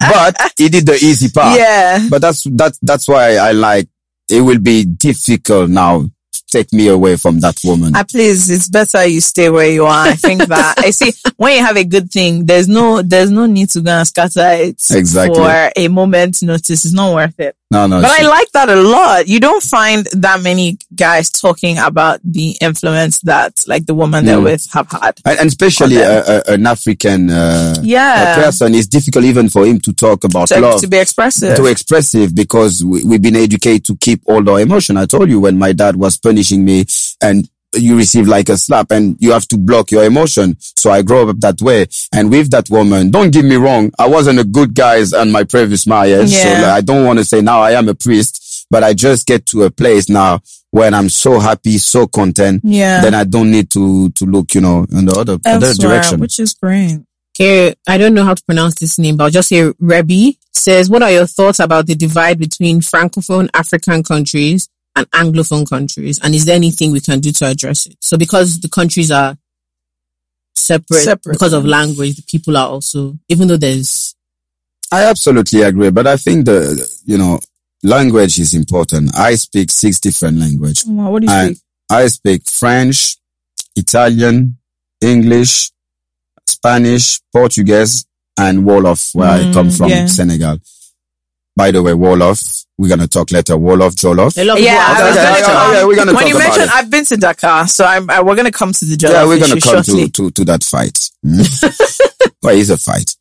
[SPEAKER 1] but he did the easy part.
[SPEAKER 5] Yeah.
[SPEAKER 1] But that's that that's why I like it will be difficult now to take me away from that woman.
[SPEAKER 5] I Ah, please, it's better you stay where you are. I think that I see when you have a good thing, there's no there's no need to go and scatter it
[SPEAKER 1] Exactly.
[SPEAKER 5] for a moment's notice. It's not worth it.
[SPEAKER 1] no, no.
[SPEAKER 5] But
[SPEAKER 1] she-
[SPEAKER 5] I like that a lot. You don't find that many guys talking about the influence that like the woman they're
[SPEAKER 1] Mm.
[SPEAKER 5] with have had.
[SPEAKER 1] and, and especially
[SPEAKER 5] on
[SPEAKER 1] a, a, an African uh, a
[SPEAKER 5] Yeah.
[SPEAKER 1] person, it's difficult even for him to talk about
[SPEAKER 5] To,
[SPEAKER 1] love.
[SPEAKER 5] to be expressive.
[SPEAKER 1] too expressive because we, we've been educated to keep all our emotion. I told you when my dad was punishing me and you receive like a slap and you have to block your emotion. So I grow up that way. And with that woman, don't get me wrong. I wasn't a good guy on my previous marriage. So
[SPEAKER 5] Yeah.
[SPEAKER 1] like, I don't want to say now I am a priest, but I just get to a place now when I'm so happy, so content.
[SPEAKER 7] Yeah.
[SPEAKER 1] Then I don't need to, to look, you know, in the other, other
[SPEAKER 7] Elsewhere,
[SPEAKER 1] direction.
[SPEAKER 7] which is great.
[SPEAKER 6] Okay, I don't know how to pronounce this name, but I'll just say Rebi says, What are your thoughts about the divide between Francophone African countries and Anglophone countries? And is there anything we can do to address it? So, because the countries are separate,
[SPEAKER 7] Separate,
[SPEAKER 6] because of
[SPEAKER 7] yeah.
[SPEAKER 6] language, the people are also, even though there's,
[SPEAKER 1] I absolutely agree, but I think the you know language is important. I speak six different language.
[SPEAKER 5] Mm-hmm.
[SPEAKER 7] Wow, what do you
[SPEAKER 1] I,
[SPEAKER 7] think?
[SPEAKER 1] I speak French, Italian, English, Spanish, Portuguese, and Wolof, where I
[SPEAKER 5] Mm,
[SPEAKER 1] come from,
[SPEAKER 7] yeah.
[SPEAKER 1] Senegal. By the way, Wolof, we're gonna talk later. Wolof, Jolof.
[SPEAKER 6] a lot of people
[SPEAKER 5] Yeah, I
[SPEAKER 1] Okay,
[SPEAKER 5] was
[SPEAKER 1] okay,
[SPEAKER 5] gonna
[SPEAKER 1] okay,
[SPEAKER 5] come-
[SPEAKER 1] okay, we're gonna
[SPEAKER 5] when
[SPEAKER 1] talk
[SPEAKER 5] you
[SPEAKER 1] about
[SPEAKER 5] mentioned,
[SPEAKER 1] it.
[SPEAKER 5] I've been to Dakar, so I'm I, am we gonna come to the Jollof
[SPEAKER 1] yeah, we're gonna
[SPEAKER 5] issue
[SPEAKER 1] come
[SPEAKER 5] shortly.
[SPEAKER 1] to, to to that fight. Mm. well, it's a fight.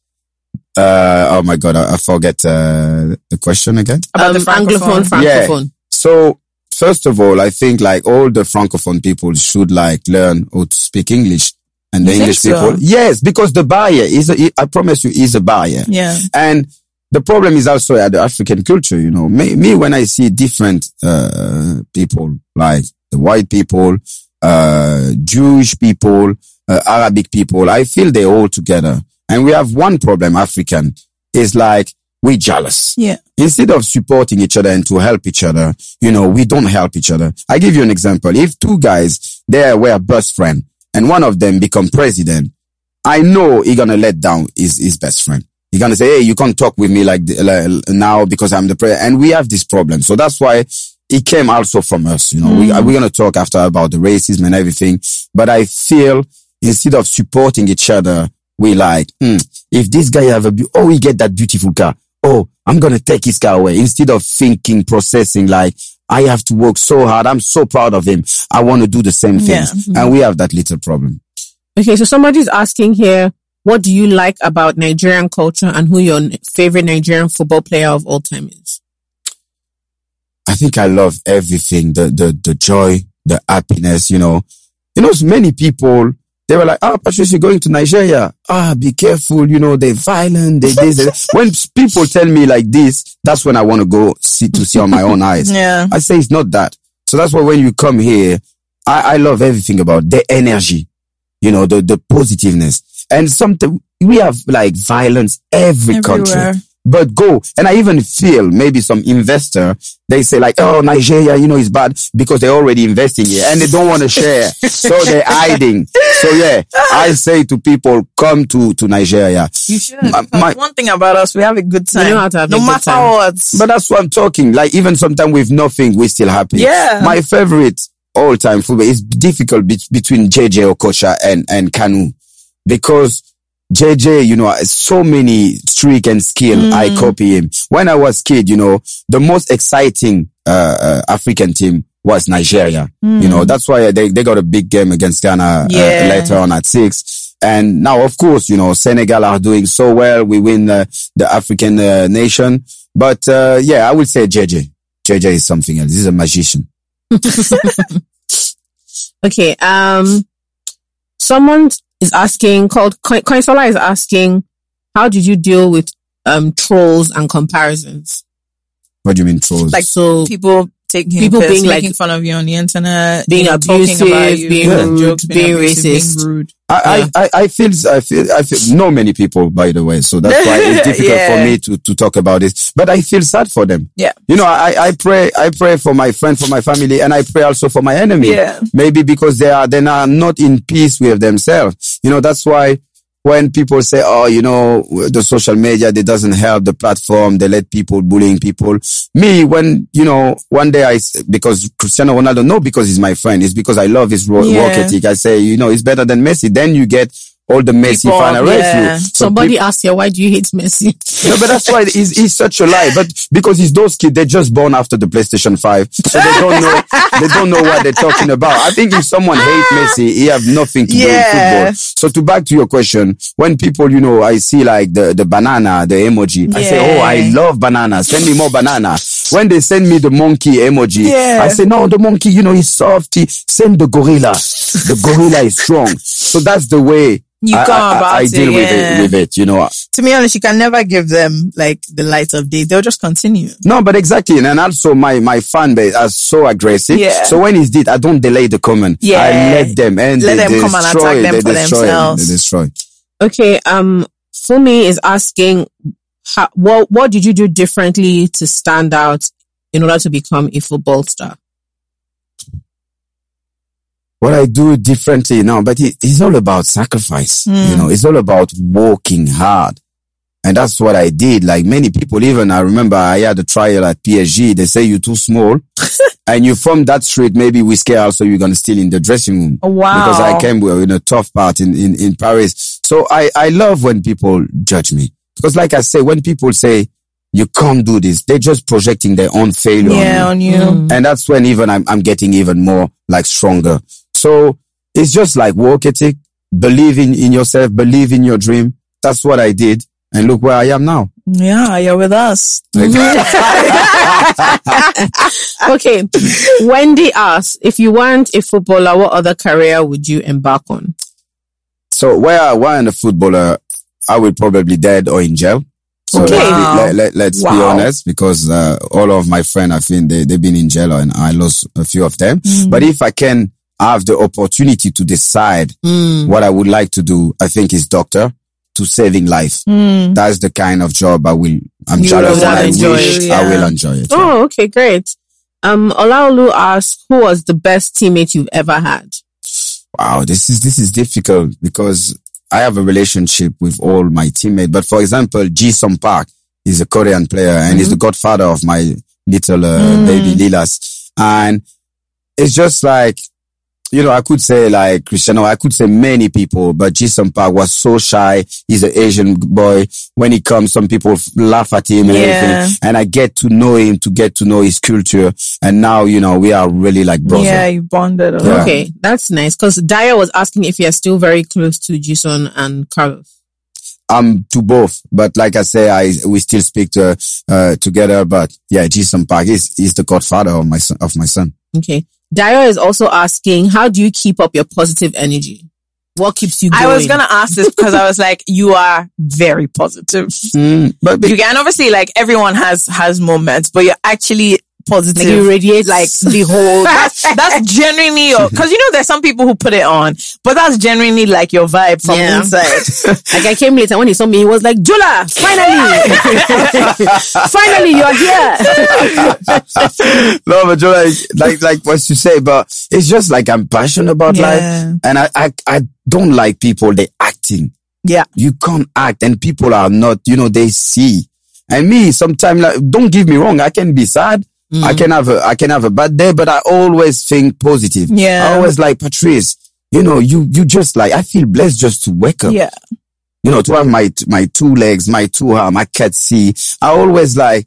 [SPEAKER 1] Uh, oh my god, I, I forget uh, the question again.
[SPEAKER 6] um,
[SPEAKER 5] about the
[SPEAKER 6] Anglophone,
[SPEAKER 5] Francophone.
[SPEAKER 1] Yeah.
[SPEAKER 6] Francophone.
[SPEAKER 1] So first of all, I think like all the francophone people should like learn how to speak English and the
[SPEAKER 7] You think
[SPEAKER 1] English
[SPEAKER 7] so?
[SPEAKER 1] people. Yes, because the buyer is, a, I promise you, is a buyer.
[SPEAKER 7] Yeah.
[SPEAKER 1] And the problem is also at the African culture, you know. Me, me when I see different, uh, people, like the white people, uh, Jewish people, uh, Arabic people, I feel they're all together. And we have one problem, African, is like, we jealous
[SPEAKER 7] Yeah.
[SPEAKER 1] instead of supporting each other and to help each other, you know, we don't help each other. I give you an example. If two guys, they were best friend and one of them become president, I know he gonna let down his, his best friend. He gonna say, Hey, you can't talk with me like, the, like now because I'm the president. And we have this problem. So that's why it came also from us. You know, we, we're gonna talk after about the racism and everything, but I feel instead of supporting each other, we like, hmm, if this guy have a, beau- oh, he get that beautiful car. Oh, I'm going to take his car away instead of thinking, processing like, I have to work so hard. I'm so proud of him. I want to do the same
[SPEAKER 7] Yeah.
[SPEAKER 1] things. And we have that little problem.
[SPEAKER 6] Okay, so somebody's asking here, What do you like about Nigerian culture and who your n- favorite Nigerian football player of all time is?
[SPEAKER 1] I think I love everything. The, the, the joy, the happiness, you know. You know, many people, they were like, ah, Patricia, you're going to Nigeria. Ah, be careful. You know, they're violent. They this. they that." when people tell me like this, that's when I want to go see to see on my own eyes.
[SPEAKER 5] Yeah.
[SPEAKER 1] I say it's not that. So that's why when you come here, I, I love everything about the energy, you know, the, the positiveness. And something we have like violence every
[SPEAKER 7] Everywhere.
[SPEAKER 1] country. But go. And I even feel maybe some investor, they say like, oh, Nigeria, you know, is bad because they're already investing here and they don't want to share. so they're hiding. So yeah, I say to people, come to, to Nigeria.
[SPEAKER 5] You should.
[SPEAKER 1] My- my-
[SPEAKER 5] one thing about us, we have a good time.
[SPEAKER 6] know how to have
[SPEAKER 5] no
[SPEAKER 6] a good
[SPEAKER 5] matter
[SPEAKER 6] time.
[SPEAKER 5] what.
[SPEAKER 1] But that's what I'm talking. Like even sometimes with nothing, we're still happy.
[SPEAKER 5] Yeah.
[SPEAKER 1] My favorite all time football is difficult be- between JJ Okocha and and Kanu because JJ, you know, has so many streak and skill.
[SPEAKER 5] Mm.
[SPEAKER 1] I copy him. When I was kid, you know, the most exciting uh, uh, African team was Nigeria. You know, that's why they, they got a big game against Ghana
[SPEAKER 5] Mm. Yeah.
[SPEAKER 1] uh, later on at six. And now, of course, you know, Senegal are doing so well. We win uh, the African uh, nation. But uh, yeah, I would say JJ. JJ is something else. He's a magician.
[SPEAKER 6] Okay. Um, someone is asking called Coin- Coinsola is asking, how did you deal with um trolls and comparisons?
[SPEAKER 1] What do you mean trolls?
[SPEAKER 5] Like
[SPEAKER 6] So
[SPEAKER 5] people taking
[SPEAKER 6] People being like-
[SPEAKER 5] making fun of you on the internet,
[SPEAKER 6] being
[SPEAKER 5] you know, talking
[SPEAKER 6] abusive,
[SPEAKER 5] about you,
[SPEAKER 6] being
[SPEAKER 5] making
[SPEAKER 6] rude,
[SPEAKER 5] jokes,
[SPEAKER 6] being
[SPEAKER 5] abusive,
[SPEAKER 6] racist.
[SPEAKER 5] being rude.
[SPEAKER 1] I, I, I, I feel, I feel, I feel, know many people, by the way. So that's why it's difficult
[SPEAKER 5] Yeah.
[SPEAKER 1] for me to, to talk about this, but I feel sad for them.
[SPEAKER 5] Yeah.
[SPEAKER 1] You know, I, I pray, I pray for my friend, for my family, and I pray also for my enemy.
[SPEAKER 5] Yeah.
[SPEAKER 1] Maybe because they are, they are not in peace with themselves. You know, that's why when people say, oh, you know, the social media, they doesn't help the platform. They let people bullying people. Me, when, you know, one day I, s- because Cristiano Ronaldo, no, because he's my friend. It's because I love his ro-
[SPEAKER 5] Yeah.
[SPEAKER 1] work ethic. I say, you know, it's better than Messi. Then you get all the Messi
[SPEAKER 5] People,
[SPEAKER 1] fan arrest
[SPEAKER 5] yeah.
[SPEAKER 1] you. But
[SPEAKER 6] uh, somebody asked you, why do you hate Messi?
[SPEAKER 1] no, but that's why he's, he's such a lie. But because he's those kids, they're just born after the PlayStation 5. So they don't know, they don't know what they're talking about. I think if someone hate Messi, he have nothing to do with
[SPEAKER 5] Yeah.
[SPEAKER 1] football. So to back to your question, when people, you know, I see like the, the banana, the emoji, I say, oh, I love banana. Send me more banana. When they send me the monkey emoji,
[SPEAKER 5] Yeah.
[SPEAKER 1] I say, no, the monkey, you know, he's soft. He, send the gorilla. the gorilla is strong. So that's the way.
[SPEAKER 5] You
[SPEAKER 1] I,
[SPEAKER 5] go
[SPEAKER 1] I- I-
[SPEAKER 5] about
[SPEAKER 1] I
[SPEAKER 5] it,
[SPEAKER 1] deal with
[SPEAKER 5] yeah.
[SPEAKER 1] it, with it, you know.
[SPEAKER 5] To be honest, you can never give them like the light of day. They'll just continue.
[SPEAKER 1] No, but exactly. And, and also my, my fan base are so aggressive.
[SPEAKER 5] Yeah.
[SPEAKER 1] So when it's did, I don't delay the comment.
[SPEAKER 5] Yeah.
[SPEAKER 1] I let them and they,
[SPEAKER 5] Let them
[SPEAKER 1] they
[SPEAKER 5] come and
[SPEAKER 1] destroy
[SPEAKER 5] attack
[SPEAKER 1] it.
[SPEAKER 5] them
[SPEAKER 1] they
[SPEAKER 5] for
[SPEAKER 1] destroy it.
[SPEAKER 5] themselves.
[SPEAKER 1] They destroy.
[SPEAKER 6] okay. Um, Fumi is asking, how, what, what did you do differently to stand out in order to become a football star?
[SPEAKER 1] What I do differently now, but it, it's all about sacrifice.
[SPEAKER 5] Hmm.
[SPEAKER 1] You know, it's all about working hard. And that's what I did. Like many people, even I remember I had a trial at PSG. They say you're too small and you from that street. Maybe we scare also you're going to steal in the dressing room.
[SPEAKER 5] Oh, Wow.
[SPEAKER 1] because I came with- in a tough part in, in, in Paris. So I, I love when people judge me because like I say, when people say you can't do this, they're just projecting their own failure. on
[SPEAKER 5] Yeah,
[SPEAKER 1] me.
[SPEAKER 5] on you.
[SPEAKER 1] And that's when even I'm, I'm getting even more like stronger. So it's just like work ethic, believing in yourself, believe in your dream. That's what I did. And look where I am now.
[SPEAKER 6] Mm.
[SPEAKER 5] Yeah, you're with us.
[SPEAKER 6] okay. Wendy asks, if you weren't a footballer, what other career would you embark on?
[SPEAKER 1] So where I weren't a footballer, I would probably dead or in jail. So
[SPEAKER 6] Okay.
[SPEAKER 1] let's, be,
[SPEAKER 5] Wow.
[SPEAKER 1] let, us be
[SPEAKER 5] Wow.
[SPEAKER 1] honest, because uh, all of my friends, I think they, they've been in jail and I lost a few of them.
[SPEAKER 5] Mm-hmm.
[SPEAKER 1] But if I can have the opportunity to decide
[SPEAKER 5] Mm-hmm.
[SPEAKER 1] what I would like to do, I think is doctor to saving life.
[SPEAKER 5] Hmm.
[SPEAKER 1] That's the kind of job I will, I'm jealous
[SPEAKER 6] would
[SPEAKER 1] and I
[SPEAKER 6] enjoy
[SPEAKER 1] wish
[SPEAKER 5] it,
[SPEAKER 1] I will
[SPEAKER 5] yeah.
[SPEAKER 1] enjoy it. yeah.
[SPEAKER 6] Oh, okay. Great. Um, Olaolu asks, who was the best teammate you've ever had?
[SPEAKER 1] wow, this is this is difficult because I have a relationship with all my teammates. But for example, Ji Sung Park is a Korean player and he's the
[SPEAKER 5] Mm-hmm.
[SPEAKER 1] godfather of my little uh,
[SPEAKER 5] Mm.
[SPEAKER 1] baby Lilas. And it's just like, you know, I could say like Cristiano, I could say many people, but Ji Sung Park was so shy. He's an Asian boy. When he comes, some people f- laugh at him and
[SPEAKER 5] Yeah.
[SPEAKER 1] everything. And I get to know him to get to know his culture. And now, you know, we are really like brothers.
[SPEAKER 5] Yeah, you bonded. a lot.
[SPEAKER 1] Yeah.
[SPEAKER 6] Okay. That's nice. Cause Daya was asking if you're still very close to Jason and Carlos.
[SPEAKER 1] I'm to both, but like I say, I we still speak to, uh, together. But yeah, Jason Park is is the godfather of my son. Of my son.
[SPEAKER 6] Okay. Dio is also asking, how do you keep up your positive energy? What keeps you going?
[SPEAKER 5] I was gonna ask this because I was like, you are very positive.
[SPEAKER 1] Mm, but
[SPEAKER 5] You can obviously like everyone has has moments, but you're actually positive.
[SPEAKER 6] Like, you radiate
[SPEAKER 5] like the whole that's, that's genuinely your because you know there's some people who put it on but that's genuinely like your vibe from
[SPEAKER 6] Yeah.
[SPEAKER 5] inside
[SPEAKER 6] Like I came later when he saw me, he was like, Jula, finally, finally, you're here.
[SPEAKER 1] no, but Joe, like, like, like what you say, but it's just like I'm passionate about
[SPEAKER 7] Yeah.
[SPEAKER 1] life. And I, I, I don't like people, they acting.
[SPEAKER 5] Yeah.
[SPEAKER 1] You can't act and people are not, you know, they see. And me, sometimes, like, don't give me wrong. I can be sad.
[SPEAKER 5] Mm.
[SPEAKER 1] I can have a, I can have a bad day, but I always think positive.
[SPEAKER 5] Yeah.
[SPEAKER 1] I always like Patrice, you know, you, you just like, I feel blessed just to wake up
[SPEAKER 5] yeah
[SPEAKER 1] you know, to have my my two legs, my two arm, I can't see. I always like,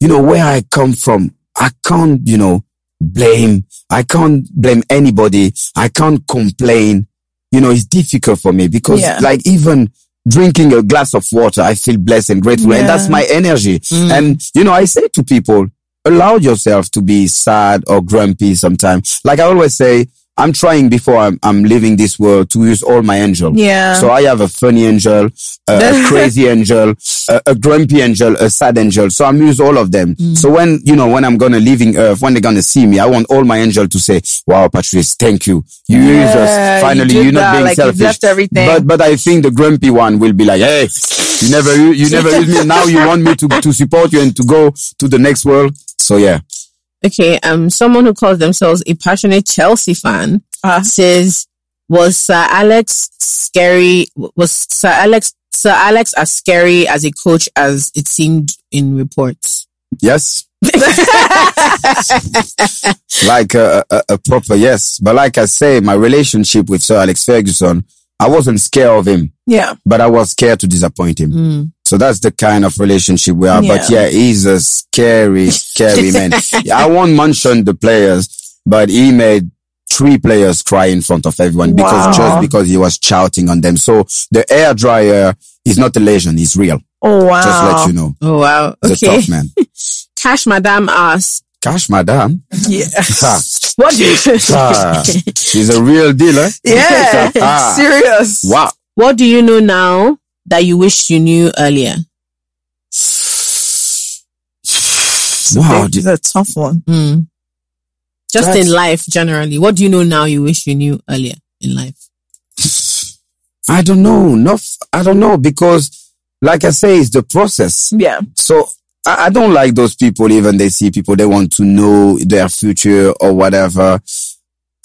[SPEAKER 1] you know, where I come from. I can't, you know, blame. I can't blame anybody. I can't complain. You know, it's difficult for me because,
[SPEAKER 5] Yeah.
[SPEAKER 1] like, even drinking a glass of water, I feel blessed and grateful, and that's my energy. And you know, I say to people, allow yourself to be sad or grumpy sometimes. Like I always say. I'm trying before I'm, I'm leaving this world to use all my angel.
[SPEAKER 5] Yeah.
[SPEAKER 1] So I have a funny angel, a, a crazy angel, a, a grumpy angel, a sad angel. So I'm use all of them.
[SPEAKER 5] Mm.
[SPEAKER 1] So when, you know, when I'm going to leaving earth, when they're going to see me, I want all my angel to say, wow, Patrice, thank you. You use
[SPEAKER 5] Yeah,
[SPEAKER 1] us.
[SPEAKER 5] you
[SPEAKER 1] Finally,
[SPEAKER 5] did
[SPEAKER 1] you are not
[SPEAKER 5] that,
[SPEAKER 1] being
[SPEAKER 5] like, you've
[SPEAKER 1] selfish.
[SPEAKER 5] left everything.
[SPEAKER 1] But, but I think the grumpy one will be like, hey, you never, you, you never use me. Now you want me to, to support you and to go to the next world. So yeah.
[SPEAKER 6] Okay, um, someone who calls themselves a passionate Chelsea fan
[SPEAKER 5] Uh-huh.
[SPEAKER 6] says, "Was Sir Alex scary? Was Sir Alex Sir Alex as scary as a coach as it seemed in reports?" Hmm.
[SPEAKER 1] Yes. like a, a, a proper yes. But like I say, my relationship with Sir Alex Ferguson, I wasn't scared of him,
[SPEAKER 5] yeah Mm.
[SPEAKER 1] but I was scared to disappoint him. So that's the kind of relationship we are. But yeah, he's a scary, scary man. Yeah, I won't mention the players, but he made three players cry in front of everyone because just because he was shouting on them. So the air dryer is not a legend, it's real.
[SPEAKER 5] oh wow
[SPEAKER 1] Just let you know.
[SPEAKER 6] Oh wow!
[SPEAKER 1] He's a
[SPEAKER 6] Okay,
[SPEAKER 1] tough man.
[SPEAKER 6] Cash Madame asks,
[SPEAKER 1] Cash madam.
[SPEAKER 5] yeah
[SPEAKER 1] Sir,
[SPEAKER 5] what do you
[SPEAKER 1] sir. He's a real dealer.
[SPEAKER 5] yeah
[SPEAKER 1] Sir, ah,
[SPEAKER 5] serious
[SPEAKER 1] Wow.
[SPEAKER 6] "What do you know now that you wish you knew earlier?"
[SPEAKER 1] Wow.
[SPEAKER 5] This is a tough one
[SPEAKER 6] Mm. Just
[SPEAKER 1] That's-
[SPEAKER 6] in life, generally, what do you know now you wish you knew earlier in life?
[SPEAKER 1] I don't know. No, I don't know because, like I say, it's the process.
[SPEAKER 5] yeah
[SPEAKER 1] So I, I don't like those people. Even they see people, they want to know their future or whatever.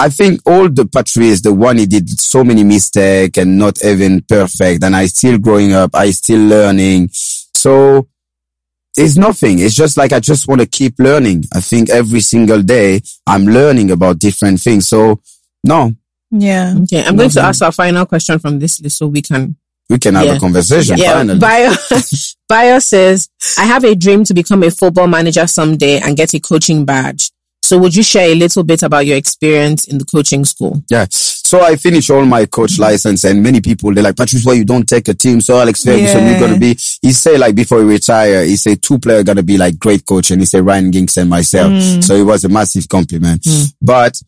[SPEAKER 1] I think all the Patrice, the one he did so many mistake and not even perfect. And I still growing up. I still learning. So it's nothing. It's just like I just want to keep learning. I think every single day I'm learning about different things. So no,
[SPEAKER 5] yeah
[SPEAKER 6] Okay, I'm going to ask our final question from this list so we can
[SPEAKER 1] we can have
[SPEAKER 6] Yeah.
[SPEAKER 1] a conversation finally.
[SPEAKER 6] Bio, Bio says, I have a dream to become a football manager someday and get a coaching badge. So would you share a little bit about your experience in the coaching school?
[SPEAKER 1] Yeah. So I finish all my coach license and many people, they're like, Patrice, why you don't take a team? So Alex Ferguson,
[SPEAKER 5] Yeah.
[SPEAKER 1] you're going to be, he say like before he retire, he say two player going to be like great coach. And he say Ryan Gings and myself. So it was a massive compliment, but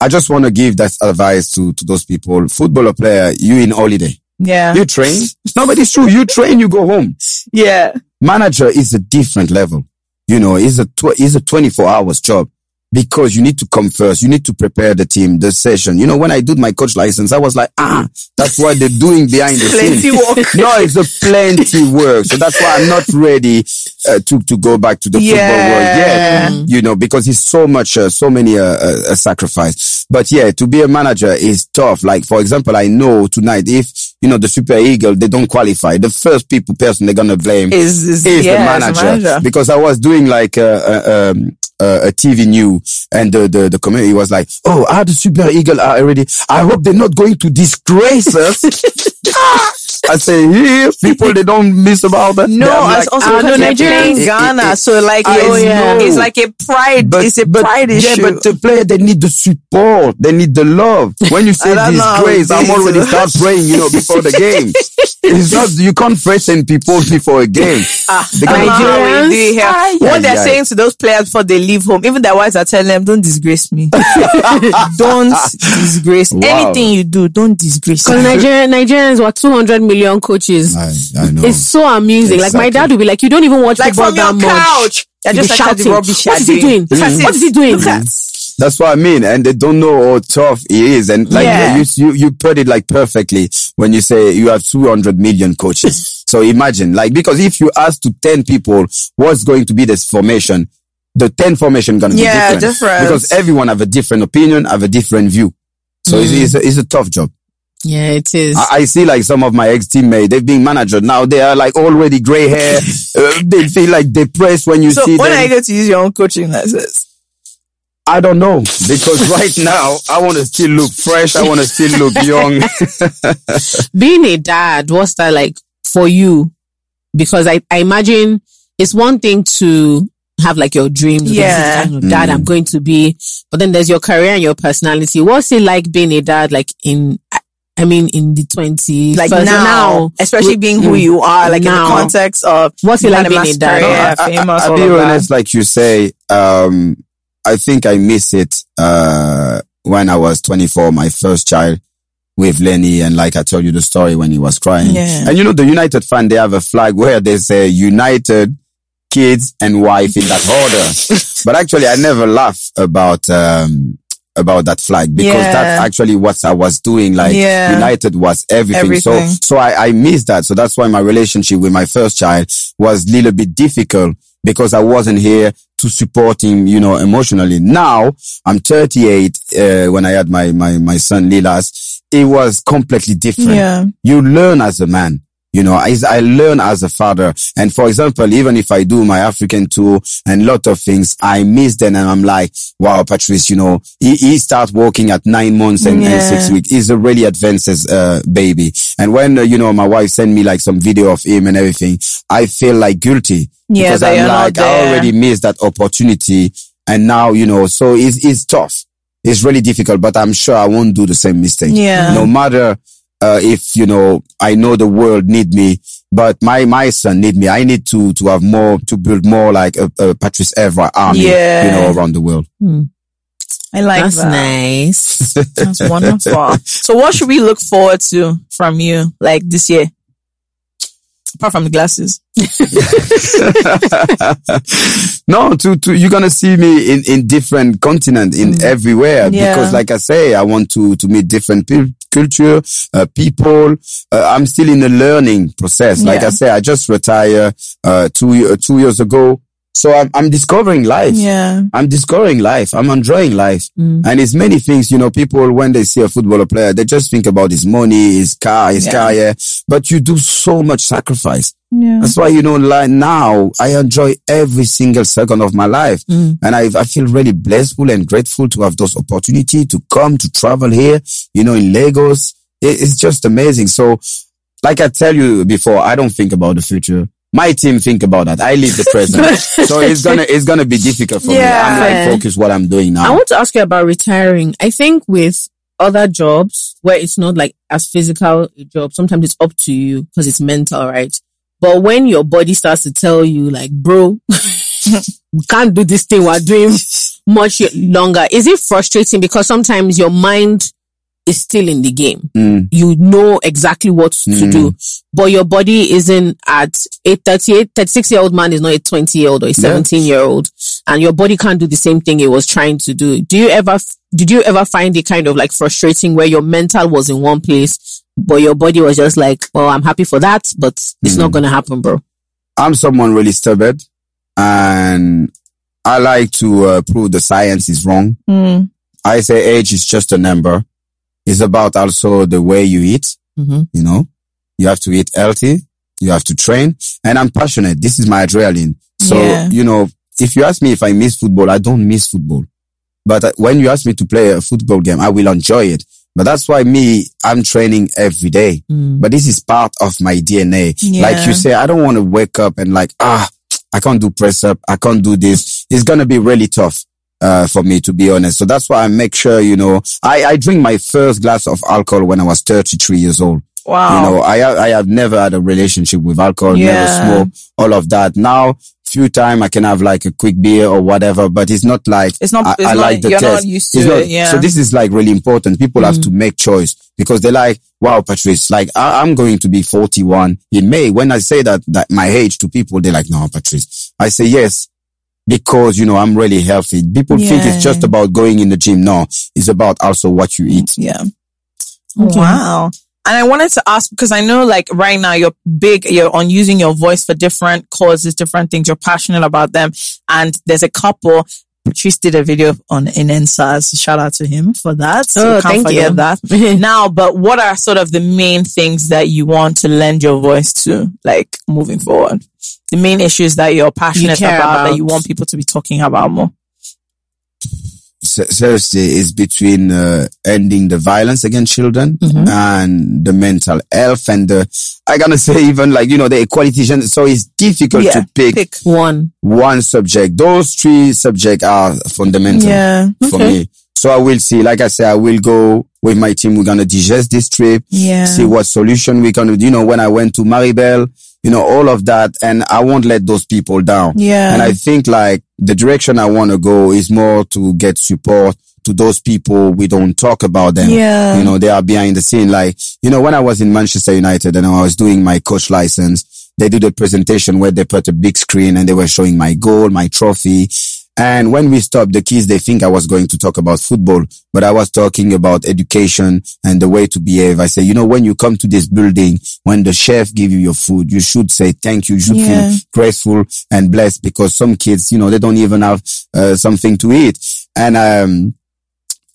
[SPEAKER 1] I just want to give that advice to, to those people. Footballer player, you in holiday.
[SPEAKER 5] yeah
[SPEAKER 1] You train. no, but it's true. You train, you go home
[SPEAKER 5] yeah
[SPEAKER 1] manager is a different level. You know, it's a tw- it's a 24 hours job because you need to come first. You need to prepare the team, the session. You know, when I did my coach license, I was like, ah, that's what they're doing behind the scenes.
[SPEAKER 5] Plenty work.
[SPEAKER 1] No, it's a plenty work. So that's why I'm not ready uh, to, to go back to the
[SPEAKER 5] Yeah.
[SPEAKER 1] football world yet. You know, because it's so much, uh, so many, uh, uh, uh, sacrifice. But yeah, to be a manager is tough. Like, for example, I know tonight if, you know, the Super Eagle, they don't qualify. The first people, person they're going to blame
[SPEAKER 5] is is,
[SPEAKER 1] is
[SPEAKER 5] yeah,
[SPEAKER 1] the
[SPEAKER 5] it's
[SPEAKER 1] manager, because I was doing like a, a, um, a, a TV news and the, the, the community was like, Oh, are the Super Eagle are already, I hope they're not going to disgrace us I say, here, people, they don't miss about that.
[SPEAKER 5] No,
[SPEAKER 1] They are
[SPEAKER 5] it's also because
[SPEAKER 1] it-
[SPEAKER 5] they're playing
[SPEAKER 1] it- it-
[SPEAKER 5] Ghana,
[SPEAKER 1] it-
[SPEAKER 5] so like
[SPEAKER 1] I
[SPEAKER 5] it's,
[SPEAKER 1] know.
[SPEAKER 5] it's like a pride. it's a pride
[SPEAKER 1] yeah,
[SPEAKER 5] issue.
[SPEAKER 1] but the player they need the support, they need the love. When you say
[SPEAKER 5] I don't know.
[SPEAKER 1] disgrace, I'm already start praying, you know, before the game. It's not you can't threaten people before a game. They
[SPEAKER 5] I
[SPEAKER 1] cannot-
[SPEAKER 5] don't know how we do it here.
[SPEAKER 1] Aye, aye,
[SPEAKER 5] Uh-huh. What they're
[SPEAKER 1] aye.
[SPEAKER 5] saying to those players before they leave home, even their wives are telling them, "Don't disgrace me. don't disgrace
[SPEAKER 1] Wow.
[SPEAKER 5] anything you do. Don't disgrace."
[SPEAKER 6] Because
[SPEAKER 5] me."
[SPEAKER 6] Nigerian, Nigerians were 200 million coaches.
[SPEAKER 1] I, I know.
[SPEAKER 6] It's so amusing. Like my
[SPEAKER 1] Exactly.
[SPEAKER 6] dad would be like, "You don't even watch
[SPEAKER 5] Like
[SPEAKER 6] football
[SPEAKER 5] from your
[SPEAKER 6] that much."
[SPEAKER 5] couch, they're
[SPEAKER 6] You'd
[SPEAKER 5] just
[SPEAKER 6] be
[SPEAKER 5] like how the
[SPEAKER 6] shouting.
[SPEAKER 5] rubbish
[SPEAKER 6] What
[SPEAKER 5] are
[SPEAKER 6] is he doing?
[SPEAKER 5] That's
[SPEAKER 6] What
[SPEAKER 5] it.
[SPEAKER 6] is he doing? Hmm.
[SPEAKER 5] Look at-
[SPEAKER 1] That's what I mean, and they don't know how tough it is. And like
[SPEAKER 5] Yeah.
[SPEAKER 1] you, you, you put it like perfectly when you say you have 200 million coaches. so imagine, like, because if you ask to 10 people what's going to be this formation, the 10 formation gonna
[SPEAKER 5] Yeah,
[SPEAKER 1] be different.
[SPEAKER 5] different.
[SPEAKER 1] because everyone have a different opinion, have a different view. So it's,
[SPEAKER 5] Mm.
[SPEAKER 1] it's, a, it's a tough job.
[SPEAKER 6] Yeah, it is.
[SPEAKER 1] I, I see like some of my ex teammates, they've been manager now. They are like already gray hair. uh, they feel like depressed when you
[SPEAKER 5] So
[SPEAKER 1] see
[SPEAKER 5] when
[SPEAKER 1] them.
[SPEAKER 5] are you going to use your own coaching license?
[SPEAKER 1] I don't know because right now I want to still look fresh. I want to still look young.
[SPEAKER 6] Being a dad, what's that like for you? Because I, I imagine it's one thing to have like your dreams. This is
[SPEAKER 5] Yeah.
[SPEAKER 6] the kind of dad, I'm going to be. But then there's your career and your personality. What's it like being a dad? Like in, I- I mean, in the 20s,
[SPEAKER 5] Like now, especially being who you are, like in the
[SPEAKER 6] Mm. Now.
[SPEAKER 5] context of
[SPEAKER 6] What's it
[SPEAKER 5] you
[SPEAKER 6] like
[SPEAKER 5] had a
[SPEAKER 6] being
[SPEAKER 5] mass
[SPEAKER 6] a dad?
[SPEAKER 5] career,
[SPEAKER 6] No,
[SPEAKER 1] I- I-
[SPEAKER 5] famous,
[SPEAKER 1] I'll
[SPEAKER 5] all
[SPEAKER 1] be
[SPEAKER 5] of that.
[SPEAKER 1] honest, like you say, um, I think I miss it uh, when I was 24, my first child with Lenny, and like I told you the story when he was crying.
[SPEAKER 5] Yeah.
[SPEAKER 1] And you know, the United fan they have a flag where they say United kids and wife in that order. but actually, I never laugh about. Um, about that flag because
[SPEAKER 5] Yeah.
[SPEAKER 1] that's actually what I was doing. Like
[SPEAKER 5] Yeah.
[SPEAKER 1] United was everything.
[SPEAKER 5] Everything.
[SPEAKER 1] So, so I, I missed that. So that's why my relationship with my first child was a little bit difficult because I wasn't here to support him, you know, emotionally. Now I'm 38. Uh, when I had my, my, my son Lilas, it was completely different.
[SPEAKER 5] Yeah.
[SPEAKER 1] You learn as a man. You know, I, I learn as a father. And for example, even if I do my African tour and lot of things, I miss them and I'm like, wow, Patrice, you know, he, he start working at nine months and, and six
[SPEAKER 5] Yeah.
[SPEAKER 1] weeks. He's a really advanced, uh, baby. And when, uh, you know, my wife sent me like some video of him and everything, I feel like guilty.
[SPEAKER 5] Yeah,
[SPEAKER 1] because
[SPEAKER 5] that
[SPEAKER 1] I'm
[SPEAKER 5] you're not
[SPEAKER 1] like, I
[SPEAKER 5] there.
[SPEAKER 1] already missed that opportunity. And now, you know, so it's, it's tough. It's really difficult, but I'm sure I won't do the same mistake.
[SPEAKER 5] Yeah.
[SPEAKER 1] No matter uh, if you know I know the world need me, but my my son need me. I need to to have more to build more like a, a Patrice Evra army,
[SPEAKER 5] Yeah.
[SPEAKER 1] you know, around the world.
[SPEAKER 5] I like
[SPEAKER 6] That's
[SPEAKER 5] that.
[SPEAKER 6] nice.
[SPEAKER 5] That's wonderful. so what should we look forward to from you like this year? Apart from the glasses.
[SPEAKER 1] no, to to you're gonna see me in in different continent in everywhere
[SPEAKER 5] Mm. Yeah.
[SPEAKER 1] because, like I say, I want to to meet different people. Culture, uh, people. Uh, I'm still in the learning process. Like
[SPEAKER 5] Yeah.
[SPEAKER 1] I say, I just retired uh, two ye- uh, two years ago, so I'm I'm discovering life.
[SPEAKER 5] Yeah.
[SPEAKER 1] I'm discovering life. I'm enjoying life. And it's many things, you know, people, when they see a footballer player, they just think about his money, his car, his
[SPEAKER 5] Yeah.
[SPEAKER 1] car, yeah. But you do so much sacrifice.
[SPEAKER 7] Yeah.
[SPEAKER 1] That's why, you know, like now I enjoy every single second of my life.
[SPEAKER 6] Mm.
[SPEAKER 1] And I, I feel really blessed and grateful to have those opportunity to come to travel here, you know, in Lagos. It- it's just amazing. So like I tell you before, I don't think about the future. My team think about that. I live the present. so it's gonna, it's gonna be difficult for
[SPEAKER 5] Yeah.
[SPEAKER 1] me. I'm like focus what I'm doing now.
[SPEAKER 6] I want to ask you about retiring. I think with other jobs where it's not like as physical a job, sometimes it's up to you because it's mental, right? But when your body starts to tell you, like, bro, we can't do this thing we're doing much longer, is it frustrating because sometimes your mind is still in the game?
[SPEAKER 1] Mm.
[SPEAKER 6] You know exactly what to
[SPEAKER 1] Mm.
[SPEAKER 6] do, but your body isn't at a 38, 36 year old man is not a 20 year old or a 17 year old and your body can't do the same thing it was trying to do. Do you ever, did you ever find it kind of like frustrating where your mental was in one place, but your body was just like, well, I'm happy for that, but it's not going to happen, bro.
[SPEAKER 1] I'm someone really stubborn and I like to uh, prove the science is wrong.
[SPEAKER 5] Mm.
[SPEAKER 1] I say age is just a number. It's about also the way you eat.
[SPEAKER 6] Mhm.
[SPEAKER 1] You know, you have to eat healthy. You have to train. And I'm passionate. This is my adrenaline. So,
[SPEAKER 5] Yeah.
[SPEAKER 1] you know, if you ask me if I miss football, I don't miss football. But uh, when you ask me to play a football game, I will enjoy it. But that's why me, I'm training every day.
[SPEAKER 6] mm-hmm.
[SPEAKER 1] But this is part of my DNA. Like you say, I don't want to wake up and like, ah, I can't do press up. I can't do this. It's going to be really tough. Uh, for me, to be honest. So that's why I make sure, you know, I, I drink my first glass of alcohol when I was 33 years old.
[SPEAKER 5] Wow.
[SPEAKER 1] You know, I ha- I have never had a relationship with alcohol,
[SPEAKER 5] Yeah.
[SPEAKER 1] never smoke, all of that. Now, few time I can have like a quick beer or whatever, but it's not like
[SPEAKER 5] It's not-
[SPEAKER 1] I,
[SPEAKER 5] it's
[SPEAKER 1] I
[SPEAKER 5] not-
[SPEAKER 1] like the
[SPEAKER 5] you're not
[SPEAKER 1] test.
[SPEAKER 5] used to
[SPEAKER 1] It's
[SPEAKER 5] it, yeah. Mm.
[SPEAKER 1] So this is like really important. People have to make choice because they're like, wow, Patrice, like I, I'm going to be 41 in May. When I say that that my age to people, they're like, no, Patrice. I say yes. Because, you know, I'm really healthy. People think
[SPEAKER 5] Yeah.
[SPEAKER 1] it's just about going in the gym. No, it's about also what you eat.
[SPEAKER 5] Yeah. Oh, Wow. And I wanted to ask because I know like right now you're big, you're on using your voice for different causes, different things. You're passionate about them. And there's a couple. Patrice did a video on in NSAS. Shout out to him for that.
[SPEAKER 6] Oh,
[SPEAKER 5] can't
[SPEAKER 6] thank
[SPEAKER 5] forget
[SPEAKER 6] you.
[SPEAKER 5] that. now, but what are sort of the main things that you want to lend your voice to, like moving forward? The main issues that you're passionate
[SPEAKER 6] care
[SPEAKER 5] about, that
[SPEAKER 6] about.
[SPEAKER 5] you want people to be talking about more.
[SPEAKER 1] se- seriously is between uh, ending the violence against children
[SPEAKER 5] Mm-hmm.
[SPEAKER 1] and the mental health and the I gotta say even like you know the equality gen- so it's difficult
[SPEAKER 5] Yeah,
[SPEAKER 1] to pick,
[SPEAKER 5] pick.
[SPEAKER 6] One.
[SPEAKER 1] one subject those three subjects are fundamental
[SPEAKER 5] Yeah.
[SPEAKER 1] for me so I will see like I say I will go with my team we're gonna digest this trip
[SPEAKER 5] Yeah.
[SPEAKER 1] see what solution we can you know when I went to Maribel you know all of that and I won't let those people down
[SPEAKER 5] Yeah.
[SPEAKER 1] and I think like the direction I want to go is more to get support to those people we don't talk about them.
[SPEAKER 5] Yeah.
[SPEAKER 1] You know, they are behind the scene. Like, you know, when I was in Manchester United and I was doing my coach license, they did a presentation where they put a big screen and they were showing my goal, my trophy. And when we stopped, the kids, they think I was going to talk about football, but I was talking about education and the way to behave. I say, you know, when you come to this building, when the chef give you your food, you should say thank you. You should
[SPEAKER 5] Yeah.
[SPEAKER 1] feel grateful and blessed because some kids, you know, they don't even have uh, something to eat. And, um,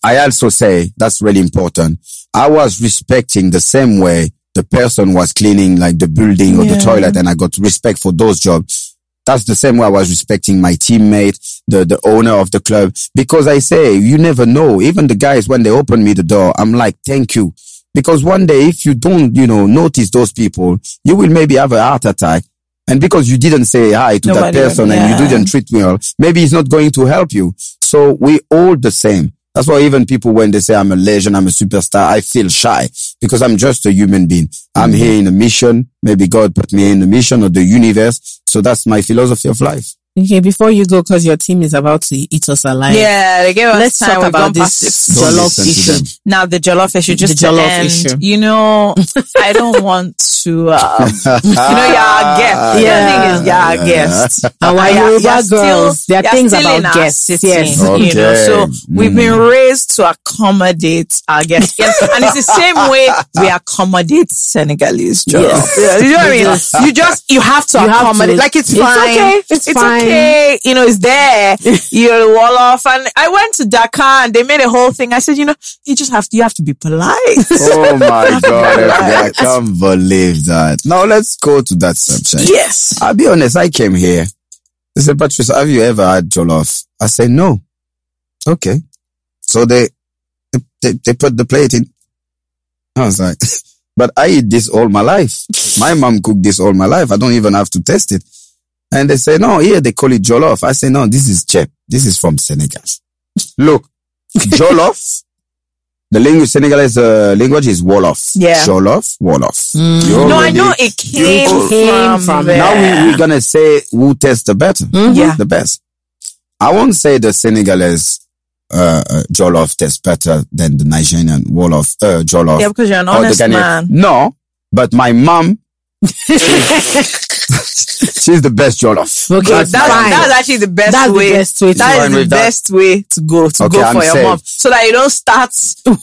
[SPEAKER 1] I also say that's really important. I was respecting the same way the person was cleaning like the building or the
[SPEAKER 5] Yeah.
[SPEAKER 1] toilet and I got respect for those jobs. That's the same way I was respecting my teammate, the, the owner of the club, because I say, you never know. Even the guys, when they open me the door, I'm like, thank you. Because one day, if you don't, you know, notice those people, you will maybe have a heart attack. And because you didn't say hi to
[SPEAKER 5] Nobody
[SPEAKER 1] that person
[SPEAKER 5] would-
[SPEAKER 1] and you
[SPEAKER 5] yeah.
[SPEAKER 1] didn't treat me well, maybe it's not going to help you. So we all the same. That's why even people when they say I'm a legend, I'm a superstar, I feel shy because I'm just a human being. I'm
[SPEAKER 5] Mm-hmm.
[SPEAKER 1] here in a mission. Maybe God put me in a mission or the universe. So that's my philosophy of life.
[SPEAKER 6] Okay, before you go, because your team is about to eat us alive.
[SPEAKER 5] Yeah, they gave us
[SPEAKER 6] Let's
[SPEAKER 5] time.
[SPEAKER 6] talk
[SPEAKER 5] We've
[SPEAKER 6] about
[SPEAKER 5] gone past
[SPEAKER 6] this
[SPEAKER 5] six.
[SPEAKER 1] Don't
[SPEAKER 6] jollof
[SPEAKER 1] listen to
[SPEAKER 6] issue.
[SPEAKER 1] them.
[SPEAKER 5] Now the jollof issue, just
[SPEAKER 6] The
[SPEAKER 5] to
[SPEAKER 6] jollof
[SPEAKER 5] end,
[SPEAKER 6] issue.
[SPEAKER 5] You know, I don't want to. Um, you know, you're our
[SPEAKER 6] Yeah.
[SPEAKER 5] guest. Yeah, you're our
[SPEAKER 1] Yeah.
[SPEAKER 5] guest.
[SPEAKER 6] Our
[SPEAKER 5] Yeah,
[SPEAKER 6] Yoruba
[SPEAKER 5] you're still-
[SPEAKER 6] girls, there
[SPEAKER 5] you're
[SPEAKER 6] are things
[SPEAKER 5] still in
[SPEAKER 6] about
[SPEAKER 5] our
[SPEAKER 6] guests.
[SPEAKER 5] city,
[SPEAKER 6] Yes.
[SPEAKER 5] you know.
[SPEAKER 1] Okay.
[SPEAKER 5] So we've been
[SPEAKER 1] Oh, Mm.
[SPEAKER 5] raised to accommodate our guests, yes. and it's the same way we accommodate Senegalese. Jollof. Yeah, you know what I mean. You just you have to
[SPEAKER 6] You have
[SPEAKER 5] accommodate.
[SPEAKER 6] to.
[SPEAKER 5] Like it's
[SPEAKER 6] It's
[SPEAKER 5] fine.
[SPEAKER 6] okay. It's fine.
[SPEAKER 5] okay. You know, it's there. You're wall off. And I went to Dakar and they made a whole thing. I said, you know, you just have to. You have to be polite.
[SPEAKER 1] oh my God. I can't believe that. Now let's go to that subject.
[SPEAKER 5] yes.
[SPEAKER 1] I'll be honest, I came here. They said, Patrice, have you ever had jollof? I said, no. Okay. So they, they, they put the plate in. I was like, but I eat this all my life. My mom cooked this all my life. I don't even have to test it. And they say, no, here they call it jollof. I say, no, this is chep. This is from Senegal. Look, jollof. The language, Senegalese uh, language is Wolof.
[SPEAKER 5] Yeah. Mm.
[SPEAKER 1] Jollof, Wolof. You
[SPEAKER 5] No, I
[SPEAKER 1] already-
[SPEAKER 5] know it came,
[SPEAKER 1] You-
[SPEAKER 5] from, there.
[SPEAKER 1] now we, we're gonna say who tastes the better,
[SPEAKER 5] Mm,
[SPEAKER 6] Mm-hmm.
[SPEAKER 5] Yeah.
[SPEAKER 1] the best. I won't say the Senegalese uh, uh, jollof tastes better than the Nigerian wolof uh, jollof.
[SPEAKER 5] Yeah, because you're an
[SPEAKER 1] or the
[SPEAKER 5] honest
[SPEAKER 1] Ghanaian.
[SPEAKER 5] man.
[SPEAKER 1] No, but my mom, she's the best jollof.
[SPEAKER 6] Okay,
[SPEAKER 5] That's,
[SPEAKER 6] fine.
[SPEAKER 5] that's actually the best
[SPEAKER 6] That's the
[SPEAKER 5] way.
[SPEAKER 6] best way to
[SPEAKER 5] That
[SPEAKER 1] go.
[SPEAKER 5] is
[SPEAKER 1] Fine
[SPEAKER 5] the
[SPEAKER 1] with that.
[SPEAKER 5] best way to go to
[SPEAKER 1] Okay,
[SPEAKER 5] go for
[SPEAKER 1] I'm
[SPEAKER 5] your
[SPEAKER 1] safe.
[SPEAKER 5] mom, so that you don't start.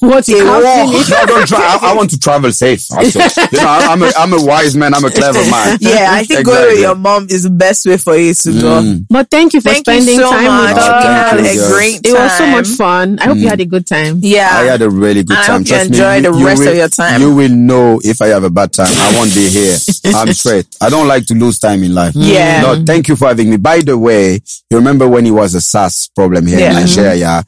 [SPEAKER 6] what you
[SPEAKER 1] No,
[SPEAKER 6] have seen
[SPEAKER 1] don't try. I, I want to travel safe. Also. You know, I, I'm a, I'm a wise man. I'm a clever man.
[SPEAKER 5] Yeah, I think going with
[SPEAKER 1] Exactly.
[SPEAKER 5] your mom is the best way for you to go.
[SPEAKER 1] Mm.
[SPEAKER 6] But thank you for
[SPEAKER 5] Thank you
[SPEAKER 6] spending
[SPEAKER 5] so
[SPEAKER 6] time
[SPEAKER 5] much.
[SPEAKER 6] with us.
[SPEAKER 1] Oh,
[SPEAKER 5] we had
[SPEAKER 1] thank
[SPEAKER 5] a
[SPEAKER 1] you, Mm. girls.
[SPEAKER 5] great.
[SPEAKER 6] It was so much
[SPEAKER 5] time.
[SPEAKER 6] fun. I hope you had a good time.
[SPEAKER 5] Yeah,
[SPEAKER 1] I had a really good
[SPEAKER 5] And I
[SPEAKER 1] time.
[SPEAKER 5] hope you
[SPEAKER 1] Trust
[SPEAKER 5] enjoy
[SPEAKER 1] me,
[SPEAKER 5] the rest of
[SPEAKER 1] will,
[SPEAKER 5] your time.
[SPEAKER 1] You will know if I have a bad time. I won't be here. I'm straight. I don't like to lose time in life.
[SPEAKER 5] Yeah.
[SPEAKER 1] No, thank you for having me. By the way, you remember when it was a SARS problem here
[SPEAKER 5] Yeah.
[SPEAKER 1] in Nigeria?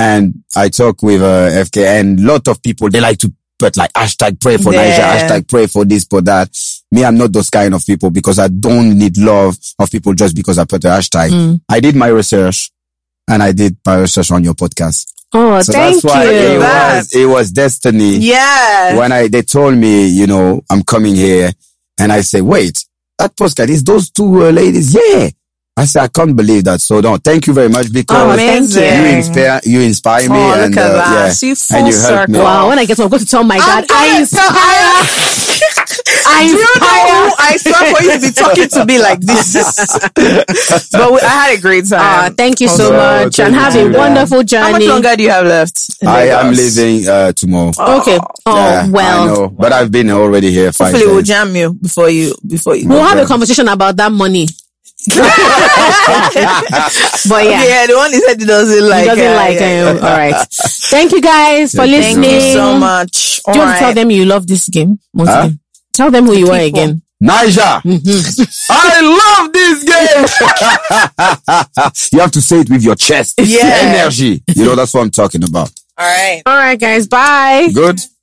[SPEAKER 1] And I talk with uh, FK and lot of people, they like to put like hashtag pray for
[SPEAKER 5] Yeah.
[SPEAKER 1] Niger, hashtag pray for this, for that. Me, I'm not those kind of people because I don't need love of people just because I put a hashtag.
[SPEAKER 5] Mm.
[SPEAKER 1] I did my research and I did my research on your podcast.
[SPEAKER 6] Oh,
[SPEAKER 1] So
[SPEAKER 6] thank
[SPEAKER 1] that's why it
[SPEAKER 6] you.
[SPEAKER 1] was, it was destiny.
[SPEAKER 5] Yeah.
[SPEAKER 1] When I, they told me, you know, I'm coming here and I say, wait, that podcast is those two uh, ladies. Yeah. I say, I can't believe that. So no, thank you very much because
[SPEAKER 5] Amazing.
[SPEAKER 1] you inspire, you inspire me.
[SPEAKER 5] Oh, look
[SPEAKER 1] and,
[SPEAKER 5] at
[SPEAKER 1] uh,
[SPEAKER 5] that.
[SPEAKER 1] yeah,
[SPEAKER 5] See, full
[SPEAKER 1] and you helped me.
[SPEAKER 5] circle.
[SPEAKER 6] Wow, when I get home, I'm going to tell my dad. I
[SPEAKER 5] I Do you know who I saw for you to be talking to me like this? but we, I had a great
[SPEAKER 6] Ah,
[SPEAKER 5] time.
[SPEAKER 6] thank you so
[SPEAKER 1] Oh,
[SPEAKER 6] much,
[SPEAKER 1] thank
[SPEAKER 6] and have a
[SPEAKER 1] you.
[SPEAKER 6] wonderful
[SPEAKER 5] How much
[SPEAKER 6] journey.
[SPEAKER 5] longer do you have left?
[SPEAKER 1] I am leaving, uh, tomorrow.
[SPEAKER 6] Okay. Oh
[SPEAKER 1] Yeah, I
[SPEAKER 6] well,
[SPEAKER 1] know, but I've been already here five
[SPEAKER 5] Hopefully, we'll
[SPEAKER 1] days.
[SPEAKER 5] jam you before you before you.
[SPEAKER 6] we'll have a
[SPEAKER 1] Okay.
[SPEAKER 6] conversation about that money. but yeah,
[SPEAKER 5] yeah. the one he said he doesn't like.
[SPEAKER 6] he doesn't
[SPEAKER 5] uh,
[SPEAKER 6] like
[SPEAKER 5] yeah.
[SPEAKER 6] him. All right. Thank you guys for listening.
[SPEAKER 5] Thank you so much.
[SPEAKER 6] Do you want to tell
[SPEAKER 5] Alright.
[SPEAKER 6] them you love this game? Once
[SPEAKER 1] Huh?
[SPEAKER 6] again? Tell them who you are again.
[SPEAKER 1] Niger,
[SPEAKER 5] Mm-hmm.
[SPEAKER 1] I love this game. you have to say it with your chest.
[SPEAKER 5] Yeah.
[SPEAKER 1] Energy. You know, that's what I'm talking about.
[SPEAKER 5] All right.
[SPEAKER 6] All right, guys. Bye.
[SPEAKER 1] Good.